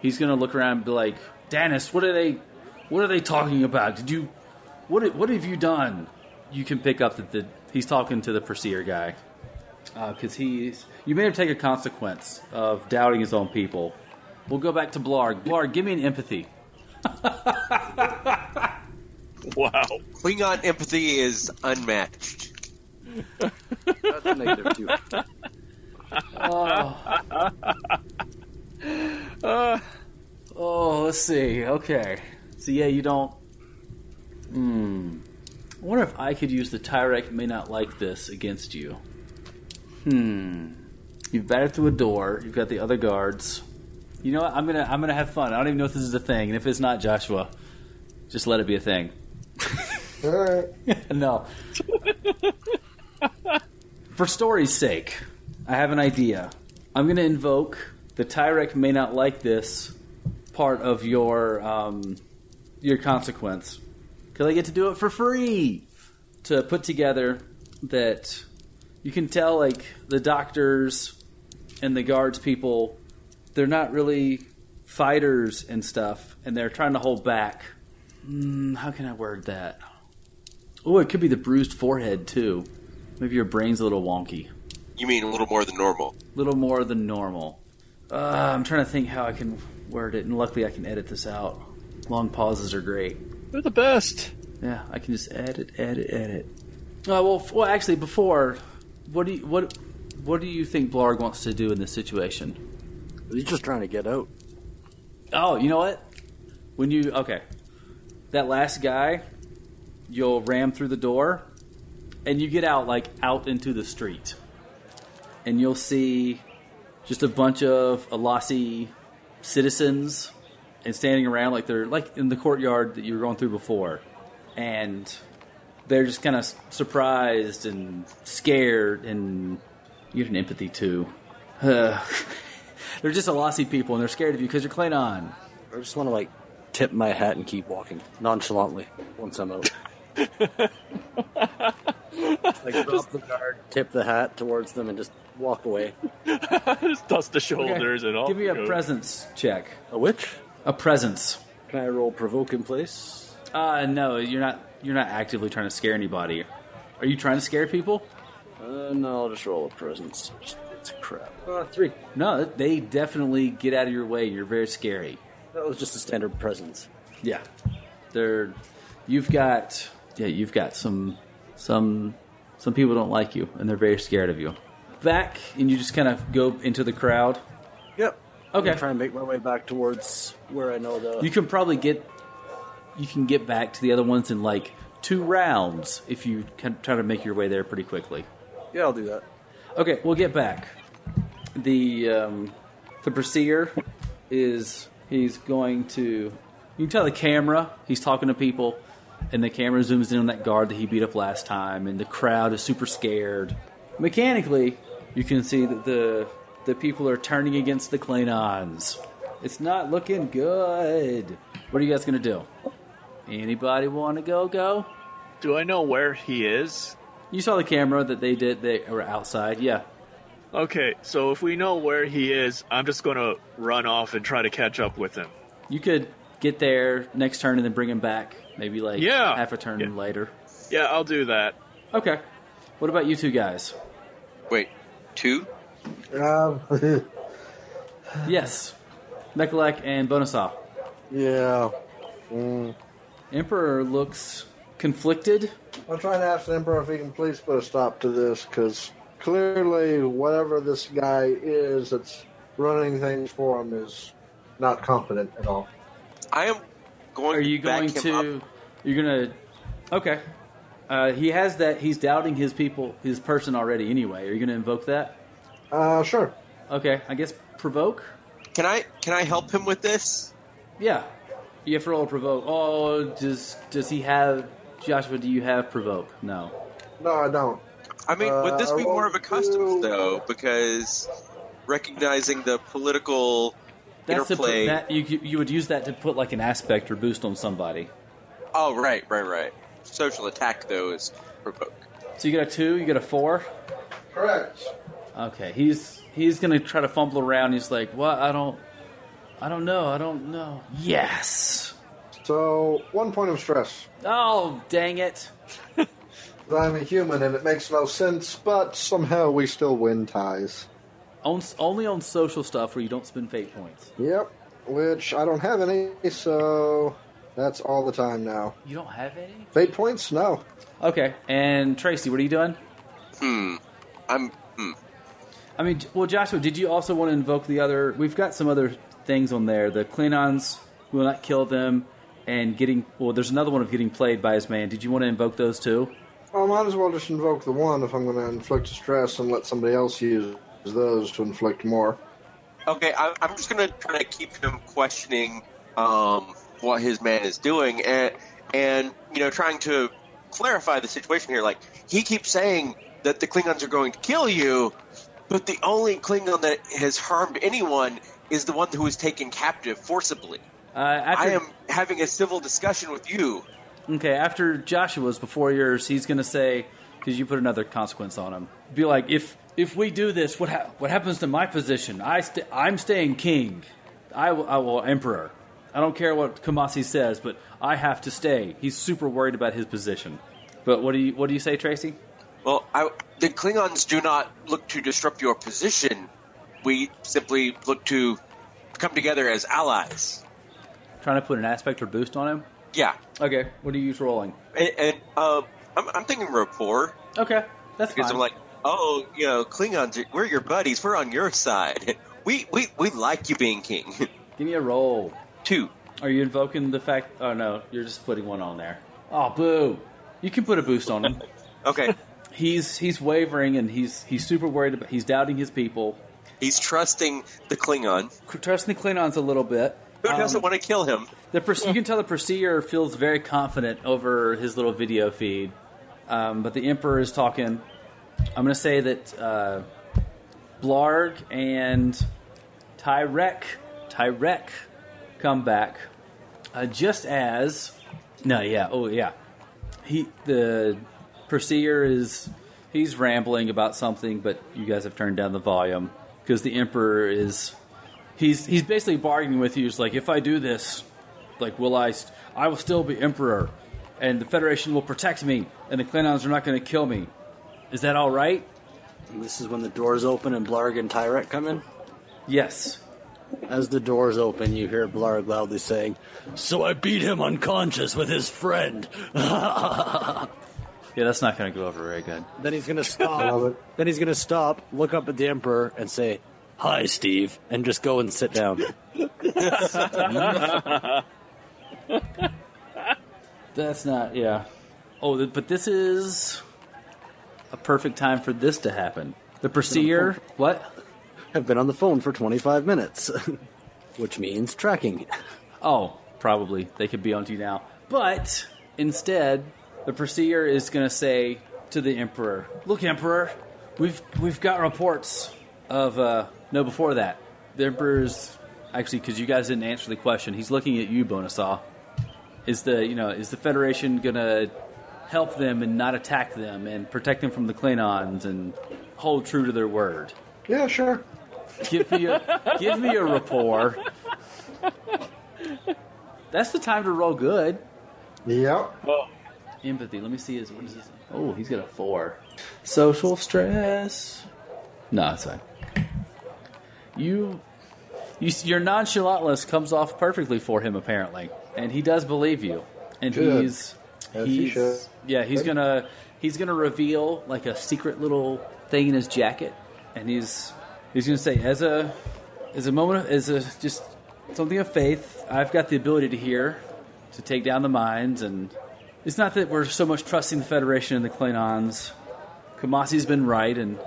Speaker 2: he's gonna look around and be like, "Danis, what are they? What are they talking about? Did you? What? What have you done?" You can pick up that the, he's talking to the perseer guy because he's. You made him take a consequence of doubting his own people. We'll go back to Blarg. Blarg, give me an empathy.
Speaker 6: Wow.
Speaker 4: Klingon empathy is unmatched.
Speaker 9: That's a negative two.
Speaker 2: Oh, let's see. Okay. So yeah, you don't. Hmm. I wonder if I could use the Tyrek may not like this against you. Hmm. You've battered through a door. You've got the other guards. You know what? I'm gonna I'm gonna have fun. I don't even know if this is a thing, and if it's not, Joshua, just let it be a thing.
Speaker 5: All right.
Speaker 2: no. For story's sake, I have an idea. I'm going to invoke the Tyrek may not like this part of your um, your consequence because I get to do it for free to put together that you can tell like the doctors and the guards people they're not really fighters and stuff and they're trying to hold back. Mm, how can I word that? Oh, it could be the bruised forehead too. Maybe your brain's a little wonky,
Speaker 4: You mean a little more than normal?
Speaker 2: a little more than normal. Uh, I'm trying to think how I can word it, and luckily I can edit this out. Long pauses are great.
Speaker 6: They're the best.
Speaker 2: Yeah, I can just edit, edit, edit. Uh, well, f- well, actually, before, what do you what what do you think Blarg wants to do in this situation?
Speaker 8: He's just trying to get out.
Speaker 2: Oh, you know what? When you okay, that last guy, you'll ram through the door, and you get out like out into the street, and you'll see just a bunch of Alasi citizens and standing around like they're like in the courtyard that you were going through before, and they're just kind of surprised and scared, and you have an empathy too. They're just Alasi people, and they're scared of you because you're Klingon.
Speaker 8: I just want to like tip my hat and keep walking nonchalantly once I'm out. like drop the guard, tip the hat towards them, and just walk away.
Speaker 6: Just dust the shoulders and all.
Speaker 2: Give me a
Speaker 6: Go.
Speaker 2: presence check.
Speaker 8: A witch?
Speaker 2: A presence.
Speaker 8: Can I roll provoke in place?
Speaker 2: Uh, no, you're not. You're not actively trying to scare anybody. Are you trying to scare people?
Speaker 8: Uh, no, I'll just roll a presence. It's crap. Uh, three.
Speaker 2: No, they definitely get out of your way. You're very scary.
Speaker 8: That was just a standard presence.
Speaker 2: Yeah, they're. You've got. Yeah, you've got some. Some. Some people don't like you, and they're very scared of you. Back, and you just kind of go into the crowd.
Speaker 8: Yep.
Speaker 2: Okay.
Speaker 8: I'm trying to make my way back towards where I know the.
Speaker 2: You can probably get you can get back to the other ones in like two rounds if you can try to make your way there pretty quickly.
Speaker 8: yeah, I'll do that.
Speaker 2: Okay, we'll get back. The um, the pursuer is he's going to. You can tell the camera. He's talking to people, and the camera zooms in on that guard that he beat up last time, and the crowd is super scared. Mechanically, you can see that the the people are turning against the Klingons. It's not looking good. What are you guys gonna do? Anybody want to go? Go.
Speaker 6: Do I know where he is?
Speaker 2: You saw the camera that they did. They were outside. Yeah.
Speaker 6: Okay, so if we know where he is, I'm just going to run off and try to catch up with him.
Speaker 2: You could get there next turn and then bring him back. Maybe like
Speaker 6: Yeah.
Speaker 2: half a turn
Speaker 6: Yeah.
Speaker 2: later.
Speaker 6: Yeah, I'll do that.
Speaker 2: Okay. What about you two guys?
Speaker 4: Wait, two?
Speaker 5: Um,
Speaker 2: Yes. Mechalak and Bonasaw.
Speaker 5: yeah.
Speaker 2: Emperor looks conflicted.
Speaker 5: I'm trying to ask the Emperor if he can please put a stop to this, because clearly, whatever this guy is that's running things for him is not competent at all.
Speaker 4: I am going
Speaker 2: Are you
Speaker 4: to back
Speaker 2: going
Speaker 4: him
Speaker 2: to?
Speaker 4: up.
Speaker 2: You're gonna. Okay. Uh, he has that. He's doubting his people, his person already. Anyway, are you gonna invoke that?
Speaker 5: Uh, sure.
Speaker 2: Okay. I guess provoke.
Speaker 4: Can I can I help him with this?
Speaker 2: Yeah. You have to roll provoke. Oh, does does he have Joshua? Do you have provoke? No.
Speaker 5: No, I don't.
Speaker 4: I mean, would this
Speaker 5: Uh,
Speaker 4: be
Speaker 5: I
Speaker 4: more of a
Speaker 5: won't
Speaker 4: customs
Speaker 5: do-
Speaker 4: though? Because recognizing the political
Speaker 2: That's to put
Speaker 4: interplay.
Speaker 2: that you you would use that to put like an aspect or boost on somebody.
Speaker 4: Oh, right, right, right. Social attack though is provoke.
Speaker 2: So you got a two. You got a four.
Speaker 5: Correct.
Speaker 2: Okay. He's he's gonna try to fumble around. He's like, what? I don't. I don't know. I don't know. Yes.
Speaker 5: So, one point of stress.
Speaker 2: Oh, dang it.
Speaker 5: I'm a human and it makes no sense, but somehow we still win ties.
Speaker 2: On, only on social stuff where you don't spend fate points.
Speaker 5: Yep, which I don't have any, so that's all the time now.
Speaker 2: You don't have any?
Speaker 5: Fate points? No.
Speaker 2: Okay. And Tracy, what are you doing?
Speaker 4: I'm. Hmm.
Speaker 2: I mean, well, Joshua, did you also want to invoke the other? We've got some other things on there. The Klingons will not kill them, and getting well. There's another one of getting played by his man. Did you want to invoke those too?
Speaker 5: I might as well just invoke the one if I'm going to inflict stress and let somebody else use those to inflict more.
Speaker 4: Okay, I, I'm just gonna try to keep him questioning um, what his man is doing, and and you know trying to clarify the situation here. Like he keeps saying that the Klingons are going to kill you, but the only Klingon that has harmed anyone is the one who was taken captive forcibly.
Speaker 2: Uh, after,
Speaker 4: I am having a civil discussion with you.
Speaker 2: okay. After Joshua's, before yours, he's going to say because you put another consequence on him. Be like, if if we do this, what ha- what happens to my position? I st- I'm staying king. I will- I will emperor. I don't care what Kamasi says, but I have to stay. He's super worried about his position. But what do you what do you say, Tracy?
Speaker 4: Well, I, the Klingons do not look to disrupt your position. We simply look to come together as allies.
Speaker 2: Trying to put an aspect or boost on him.
Speaker 4: Yeah,
Speaker 2: Okay, what are you use rolling?
Speaker 4: and, and um, I'm, I'm thinking rapport
Speaker 2: Okay, that's
Speaker 4: because
Speaker 2: fine.
Speaker 4: I'm like, oh, you know, Klingons, we're your buddies. We're on your side. We we, we like you being king.
Speaker 2: Give me a roll.
Speaker 4: Two.
Speaker 2: Are you invoking the fact? Oh no, you're just putting one on there. Oh boo! You can put a boost on him.
Speaker 4: Okay,
Speaker 2: he's he's wavering and he's he's super worried about. He's doubting his people.
Speaker 4: he's trusting the Klingon
Speaker 2: Trusting the Klingons a little bit. Um,
Speaker 4: who doesn't want to kill him.
Speaker 2: The pers- you can tell the pursuer feels very confident over his little video feed, um, but the emperor is talking. I'm going to say that uh, Blarg and Tyrek, Tyrek, come back uh, just as. No, yeah, oh yeah. He the pursuer is he's rambling about something, but you guys have turned down the volume because the emperor is he's he's basically bargaining with you. He's like, if I do this, like, will I? St- I will still be emperor, and the Federation will protect me, and the Klingons are not going to kill me. Is that all right?
Speaker 8: This is when the doors open and Blarg and Tyrek come in.
Speaker 2: Yes.
Speaker 8: As the doors open, you hear Blarg loudly saying, So I beat him unconscious with his friend.
Speaker 2: Yeah, that's not going to go over very good.
Speaker 8: then he's gonna
Speaker 5: I
Speaker 8: stop.
Speaker 5: love it.
Speaker 8: then he's gonna stop, look up at the Emperor, and say, Hi, Steve, and just go and sit down.
Speaker 2: That's not. Yeah. Oh, th- but this is a perfect time for this to happen. The pursuer. What?
Speaker 8: Have been on the phone for 25 minutes, which means tracking.
Speaker 2: Oh, probably. They could be onto you now. But instead, the pursuer is going to say to the emperor, "Look, emperor, we've we've got reports of uh, no before that. The emperor's actually because you guys didn't answer the question. He's looking at you, Bonasaw. Is the you know is the Federation going to help them and not attack them and protect them from the Klingons and hold true to their word?
Speaker 5: Yeah, sure.
Speaker 2: Give me a give me a rapport. That's the time to roll good.
Speaker 5: Yep.
Speaker 2: Empathy. Let me see his. What is his? Oh, he's got a four. Social stress. No, it's fine. You, you, your nonchalantness comes off perfectly for him apparently, and he does believe you. And
Speaker 5: Good.
Speaker 2: he's,
Speaker 5: As he
Speaker 2: he's,
Speaker 5: should.
Speaker 2: yeah, he's gonna, he's gonna reveal like a secret little thing in his jacket, and he's, he's gonna say as a, as a moment of, as a just something of faith. I've got the ability to hear, to take down the mines, and it's not that we're so much trusting the Federation and the Klingons. Kamasi's been right and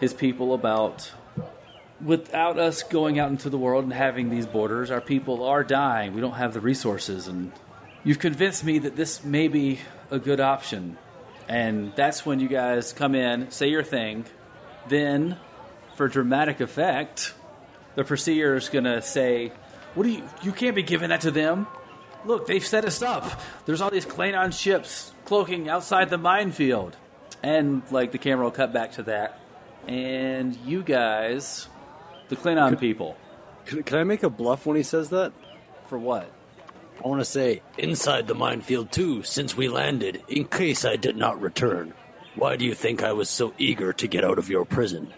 Speaker 2: his people about without us going out into the world and having these borders, our people are dying. We don't have the resources and you've convinced me that this may be a good option. And that's when you guys come in, say your thing, then for dramatic effect, the pursuer is going to say, "What do you you can't be giving that to them." Look, they've set us up. There's all these Klanon ships cloaking outside the minefield. And, like, the camera will cut back to that. And you guys, the Klanon people,
Speaker 8: Can, can I make a bluff when he says that?
Speaker 2: for what?
Speaker 8: I want to say, inside the minefield too, since we landed, in case I did not return. Why do you think I was so eager to get out of your prison?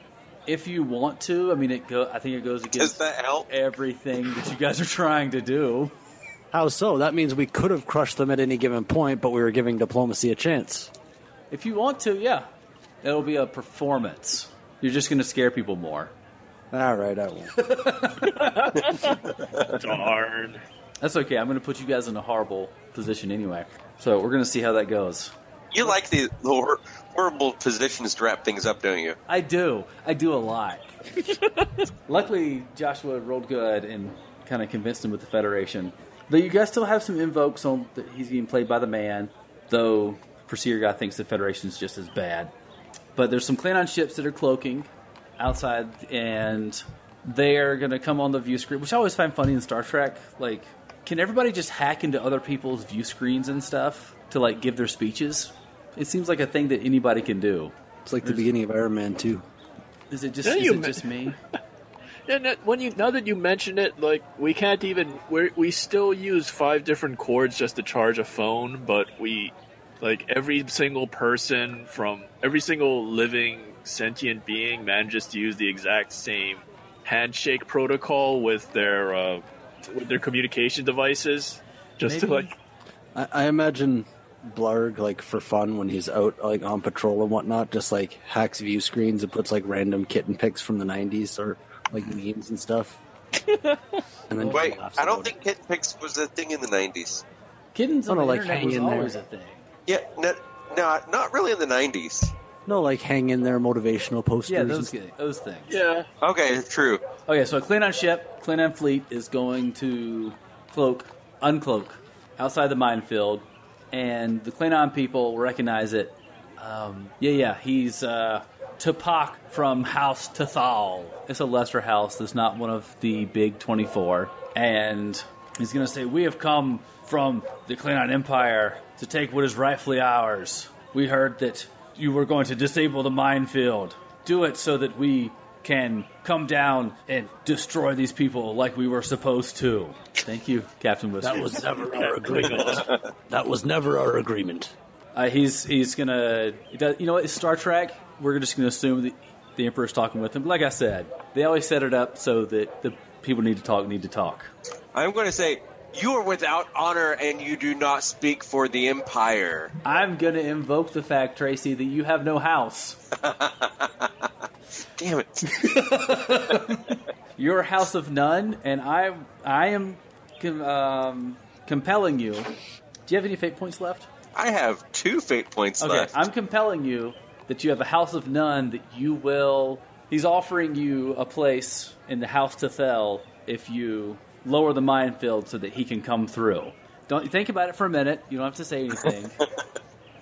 Speaker 2: If you want to, I mean, it go. I think it goes
Speaker 4: Does
Speaker 2: against
Speaker 4: that help?
Speaker 2: everything that you guys are trying to do.
Speaker 8: How so? That means we could have crushed them at any given point, but we were giving diplomacy a chance.
Speaker 2: If you want to, yeah. It'll be a performance. You're just going to scare people more.
Speaker 8: All right, I won't.
Speaker 6: Darn.
Speaker 2: That's okay. I'm going to put you guys in a horrible position anyway. So we're going to see how that goes.
Speaker 4: You like the, the hor- horrible positions to wrap things up, don't you?
Speaker 2: I do. I do a lot. Luckily, Joshua rolled good and kind of convinced him with the Federation. Though you guys still have some invokes on that he's being played by the man, though Pursuer guy thinks the Federation's just as bad. But there's some Klingon ships that are cloaking outside, and they're going to come on the view screen, which I always find funny in Star Trek. Like, can everybody just hack into other people's view screens and stuff to, like, give their speeches? It seems like a thing that anybody can do.
Speaker 8: It's like the beginning of Iron Man 2.
Speaker 2: Is it just
Speaker 6: Yeah,
Speaker 2: is
Speaker 6: you
Speaker 2: it
Speaker 6: ma-
Speaker 2: just me?
Speaker 6: And that- when you now that you mention it, like we can't even we we still use five different cords just to charge a phone, but we like every single person from every single living sentient being manages to use the exact same handshake protocol with their uh, with their communication devices, just to
Speaker 2: Maybe-
Speaker 6: like
Speaker 8: I, I imagine Blarg, like, for fun when he's out, like, on patrol and whatnot, just, like, hacks view screens and puts, like, random kitten pics from the 90s or, like, memes and stuff. and then just
Speaker 4: Wait,
Speaker 8: laughs
Speaker 4: I don't
Speaker 8: about it.
Speaker 4: think hit picks was a thing in the '90s.
Speaker 2: Kittens on
Speaker 8: Oh, no,
Speaker 2: the
Speaker 8: like,
Speaker 2: internet
Speaker 8: hang
Speaker 2: was
Speaker 8: in there.
Speaker 2: always a thing.
Speaker 4: Yeah, no, no, not really in the '90s.
Speaker 8: No, like, hang in there motivational posters.
Speaker 2: Yeah,
Speaker 8: and
Speaker 2: those those things.
Speaker 6: yeah.
Speaker 4: Okay, true.
Speaker 2: Okay, so a Klingon ship, Klingon fleet is going to cloak, uncloak, outside the minefield, and the Klingon people recognize it. Um, yeah, yeah, he's uh, Tupac from House Tathal. It's a lesser house that's not one of the big 24. And he's going to say, We have come from the Klingon Empire to take what is rightfully ours. We heard that you were going to disable the minefield. Do it so that we can come down and destroy these people like we were supposed to. Thank you, Captain Whiskers.
Speaker 8: That was never our agreement. that was never our agreement.
Speaker 2: Uh, he's he's gonna. it does- You know, what, it's Star Trek. We're just gonna assume that the Emperor's talking with him. Like I said, they always set it up so that the people need to talk need to talk.
Speaker 4: I'm going to say you are without honor, and you do not speak for the Empire.
Speaker 2: I'm gonna invoke the fact, Tracy, that you have no house.
Speaker 4: Damn it!
Speaker 2: You're a house of none, and I I am com- um, compelling you. Do you have any fate points left?
Speaker 4: I have two fate points
Speaker 2: Okay,
Speaker 4: left.
Speaker 2: I'm compelling you that you have a house of none that you will. He's offering you a place in the house to Thel if you lower the minefield so that he can come through. Don't think about it for a minute. You don't have to say anything.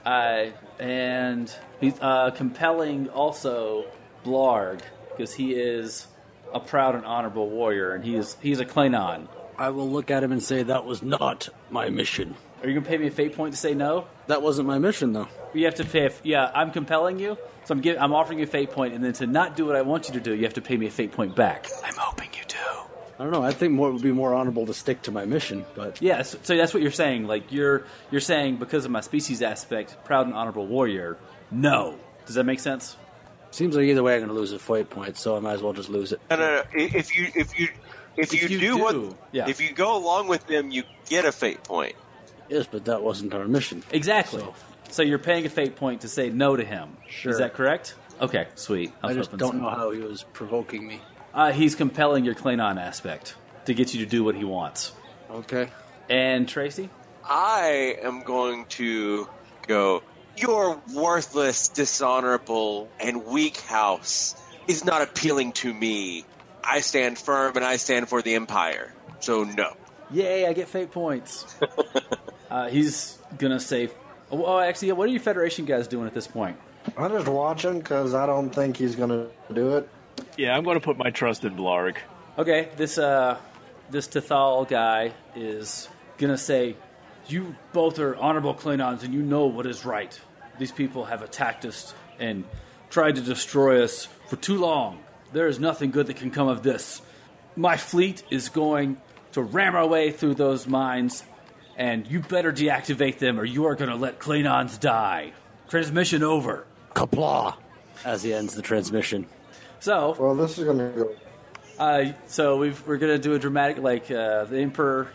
Speaker 2: uh, and he's uh, compelling also Blarg because he is a proud and honorable warrior, and he is he's a Klingon.
Speaker 8: I will look at him and say that was not my mission.
Speaker 2: Are you gonna pay me a fate point to say no?
Speaker 8: That wasn't my mission, though.
Speaker 2: You have to pay. A f- yeah, I'm compelling you, so I'm giving, I'm offering you a fate point, and then to not do what I want you to do, you have to pay me a fate point back. I'm hoping you do.
Speaker 8: I don't know. I think more it would be more honorable to stick to my mission, but
Speaker 2: Yeah, so, so that's what you're saying. Like you're you're saying because of my species aspect, proud and honorable warrior. No, does that make sense?
Speaker 8: seems like either way I'm going to lose a fight point, so I might as well just lose it.
Speaker 4: No, no, no. I- If you if you if you,
Speaker 2: you
Speaker 4: do,
Speaker 2: do,
Speaker 4: what
Speaker 2: yeah.
Speaker 4: if you go along with them, you get a fate point.
Speaker 8: Yes, but that wasn't our mission.
Speaker 2: Exactly. So, you're paying a fate point to say no to him.
Speaker 8: Sure.
Speaker 2: Is that correct? Okay, sweet.
Speaker 8: I
Speaker 2: was
Speaker 8: just
Speaker 2: hoping
Speaker 8: don't
Speaker 2: so.
Speaker 8: know how he was provoking me.
Speaker 2: Uh, he's compelling your Klingon aspect to get you to do what he wants.
Speaker 8: Okay.
Speaker 2: And Tracy,
Speaker 4: I am going to go. Your worthless, dishonorable, and weak house is not appealing to me. I stand firm and I stand for the empire. So no.
Speaker 2: yay! I get fate points. uh, he's gonna say, oh, "Oh, actually, what are you Federation guys doing at this point?"
Speaker 5: I'm just watching because I don't think he's gonna do it.
Speaker 6: Yeah, I'm going to put my trust in Blarg.
Speaker 2: Okay, this uh, this Tethal guy is gonna say, "You both are honorable Klingons, and you know what is right. These people have attacked us and tried to destroy us for too long. There is nothing good that can come of this. My fleet is going to ram our way through those mines, and you better deactivate them, or you are gonna let Klingons die. Transmission over."
Speaker 8: Kapla! As he ends the transmission.
Speaker 2: So,
Speaker 5: Well, this is gonna go.
Speaker 2: Uh, so we've, we're gonna do a dramatic like uh, the emperor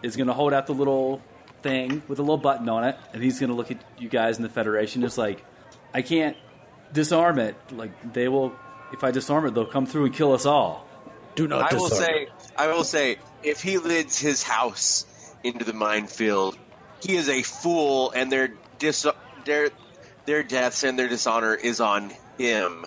Speaker 2: is gonna hold out the little thing with a little button on it, and he's gonna look at you guys in the Federation. It's like I can't disarm it. Like they will, if I disarm it, they'll come through and kill us all.
Speaker 8: Do not
Speaker 4: I will
Speaker 8: disarm.
Speaker 4: say, I will say, if he lids his house into the minefield, he is a fool, and their dis- their their deaths and their dishonor is on him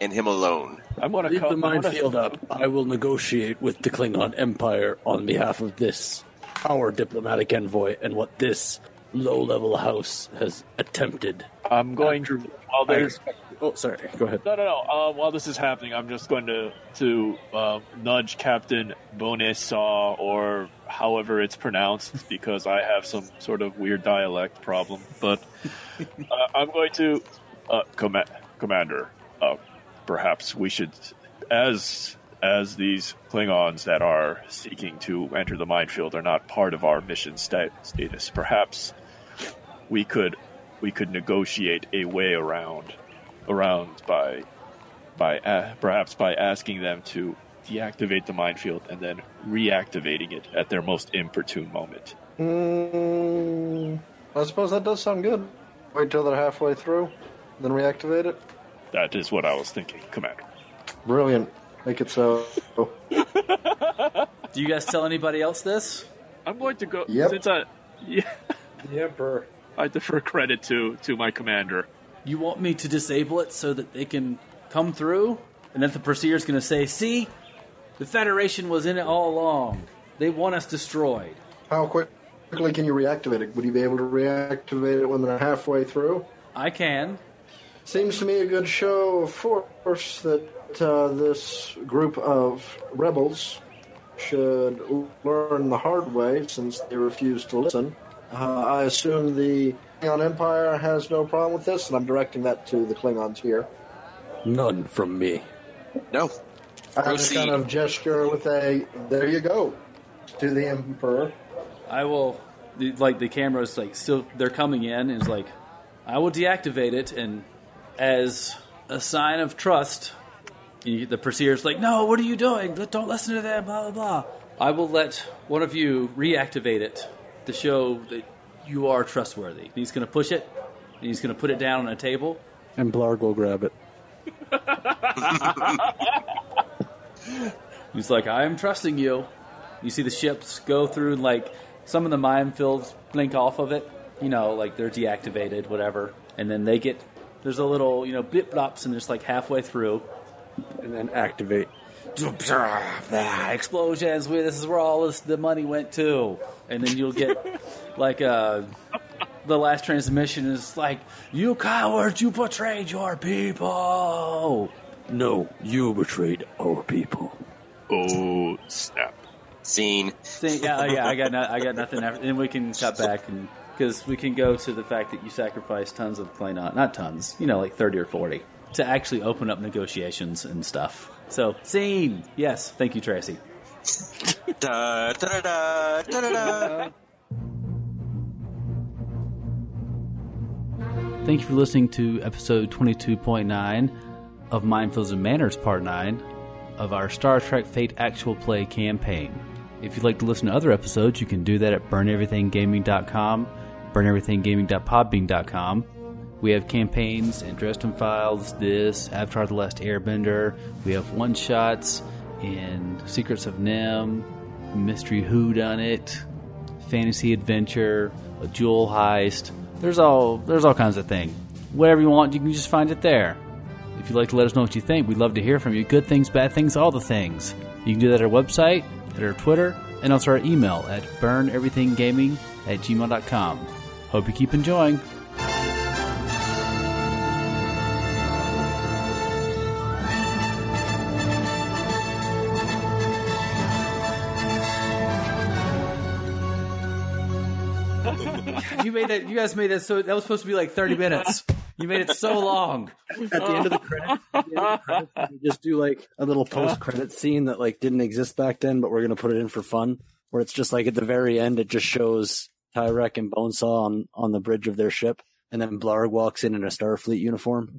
Speaker 4: and him alone.
Speaker 6: I'm going to
Speaker 8: Leave
Speaker 6: call.
Speaker 8: the
Speaker 6: I'm gonna-
Speaker 8: minefield up. I will negotiate with the Klingon Empire on behalf of this, our diplomatic envoy, and what this low level house has attempted.
Speaker 6: I'm going to. While
Speaker 8: I
Speaker 6: there's
Speaker 8: expect- oh, sorry. Go ahead.
Speaker 6: no, no, no. Uh, while this is happening, I'm just going to to uh, nudge Captain Bonesaw or however it's pronounced because I have some sort of weird dialect problem. But uh, I'm going to, uh, com- Commander. Uh, perhaps we should, as as these Klingons that are seeking to enter the minefield are not part of our mission sta- status. Perhaps we could we could negotiate a way around around by by uh, perhaps by asking them to deactivate the minefield and then reactivating it at their most opportune moment.
Speaker 5: Mm, I suppose that does sound good. Wait till they're halfway through, then reactivate it.
Speaker 6: That is what I was thinking, Commander.
Speaker 5: Brilliant. Make it so.
Speaker 2: Do you guys tell anybody else this?
Speaker 6: I'm going to go
Speaker 5: Yep.
Speaker 6: since I yeah,
Speaker 10: The Emperor.
Speaker 6: I defer credit to to my commander.
Speaker 2: You want me to disable it so that they can come through? And then the Pursuer's gonna say, "See, the Federation was in it all along. They want us destroyed."
Speaker 5: How quick, quickly can you reactivate it? Would you be able to reactivate it when they're halfway through?
Speaker 2: I can.
Speaker 5: Seems to me a good show of force that uh, this group of rebels should learn the hard way since they refuse to listen. Uh, I assume the Klingon Empire has no problem with this, and I'm directing that to the Klingons here.
Speaker 8: None from me.
Speaker 4: No,
Speaker 5: I just
Speaker 4: Proceed.
Speaker 5: kind of gesture with a "There you go" to the Emperor.
Speaker 2: I will. the- Like the camera's like still they're coming in and it's like, I will deactivate it and as a sign of trust, you, the pursuer's like, no, what are you doing? Don't listen to them. Blah blah blah. I will let one of you reactivate it to show that you are trustworthy. And he's going to push it. And he's going to put it down on a table.
Speaker 8: And Blarg will grab it.
Speaker 2: He's like, I am trusting you. You see the ships go through, like, some of the minefields blink off of it. You know, like they're deactivated, whatever. And then they get, There's a little, you know, blip blops, and there's like halfway through.
Speaker 9: and then activate.
Speaker 2: explosions. We, this is where all this, the money went to, and then you'll get like uh, the last transmission is like, "You cowards! You betrayed your people."
Speaker 8: No, you betrayed our people.
Speaker 6: Oh snap!
Speaker 4: Scene.
Speaker 2: See, yeah, oh, yeah, I got, no, I got nothing. After, then we can cut back and because we can go to the fact that you sacrificed tons of Klingon, not tons, you know, like thirty or forty, to actually open up negotiations and stuff. So, scene. Yes, thank you, Tracy.
Speaker 4: Da, da, da, da, da, da.
Speaker 2: Thank you for listening to episode 22.9 of Mindfields and Manners, Part 9 of our Star Trek Fate Actual Play campaign. If you'd like to listen to other episodes, you can do that at burneverythinggaming.com, burneverythinggaming.podbean.com. We have campaigns and Dresden Files, this, Avatar The Last Airbender. We have one shots in Secrets of Nim, Mystery Who Done It, fantasy adventure, a jewel heist. There's all there's all kinds of thing. Whatever you want, you can just find it there. If you'd like to let us know what you think, we'd love to hear from you. Good things, bad things, all the things. You can do that at our website, at our Twitter, and also our email at burneverythinggaming at gmail.com. Hope you keep enjoying. You made that. You guys made that. So that was supposed to be like 30 minutes. You made it so long.
Speaker 9: At the end of the credits, at the end of the credits, we just do like a little post-credit scene that like didn't exist back then, but we're gonna put it in for fun. Where it's just like at the very end, it just shows Tyrek and Bonesaw on on the bridge of their ship, and then Blarg walks in in a Starfleet uniform.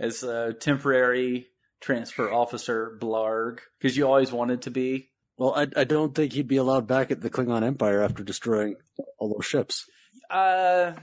Speaker 2: as a temporary transfer officer blarg because you always wanted to be
Speaker 9: Well, I, I don't think he'd be allowed back at the Klingon Empire after destroying all those ships.
Speaker 2: uh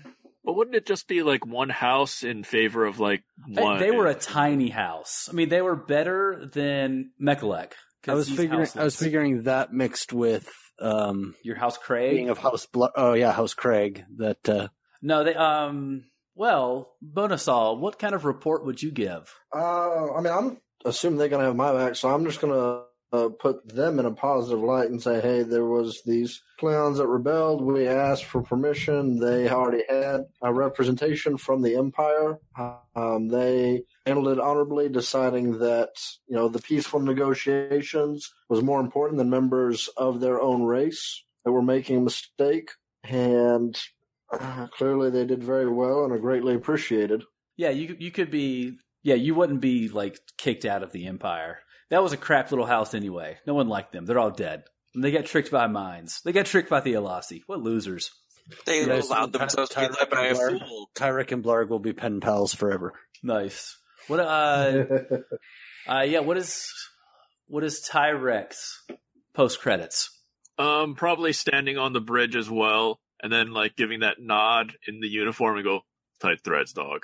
Speaker 6: But wouldn't it just be like one house in favor of like one?
Speaker 2: they were a tiny house i mean they were better than mechalek 'cause
Speaker 9: I was
Speaker 2: he's
Speaker 9: figuring I was
Speaker 2: houseless.
Speaker 9: figuring that mixed with um
Speaker 2: your house craig
Speaker 9: being of House Bl- Oh yeah, House Craig. That uh,
Speaker 2: no they um well bonasol what kind of report would you give
Speaker 5: Uh, I mean, I'm assuming they're going to have my back, so I'm just going to uh, put them in a positive light and say, hey, there was these clowns that rebelled. We asked for permission. They already had a representation from the Empire. Um, they handled it honorably, deciding that you know the peaceful negotiations was more important than members of their own race that were making a mistake, and uh, clearly they did very well and are greatly appreciated.
Speaker 2: yeah you you could be yeah you wouldn't be like kicked out of the empire that was a crap little house anyway no one liked them they're all dead And they got tricked by mines they got tricked by the Elasi. what losers
Speaker 4: They
Speaker 9: Yeah, so
Speaker 4: allowed themselves to be
Speaker 9: Tyra
Speaker 4: led by a
Speaker 9: Blarg.
Speaker 4: fool.
Speaker 9: Tyrek and Blarg will be pen pals forever.
Speaker 2: Nice. What uh uh yeah, what is what is Tyrex post credits?
Speaker 6: um, probably standing on the bridge as well, and then like giving that nod in the uniform and go tight threads, dog.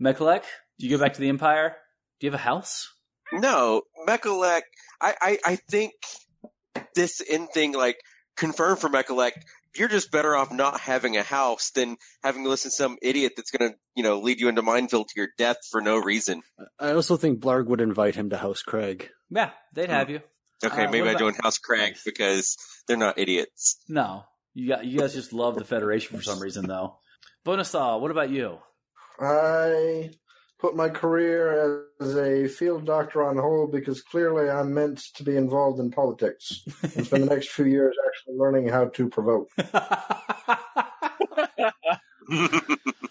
Speaker 2: Mekalek, do you go back to the Empire? Do you have a house?
Speaker 4: No, Mechalek. I, I, I think this end thing, like, confirmed for Mechalek, you're just better off not having a house than having to listen to some idiot that's going to, you know, lead you into minefield to your death for no reason.
Speaker 9: I also think Blarg would invite him to House Craig.
Speaker 2: Yeah, they'd have you.
Speaker 4: Okay,
Speaker 2: Uh,
Speaker 4: maybe
Speaker 2: what
Speaker 4: I
Speaker 2: about-
Speaker 4: join House Craig because they're not idiots.
Speaker 2: No. You got you guys just love the Federation for some reason though. Bonasaw, what about you?
Speaker 5: I put my career as a field doctor on hold because clearly I'm meant to be involved in politics and spend the next few years actually learning how to provoke.
Speaker 2: I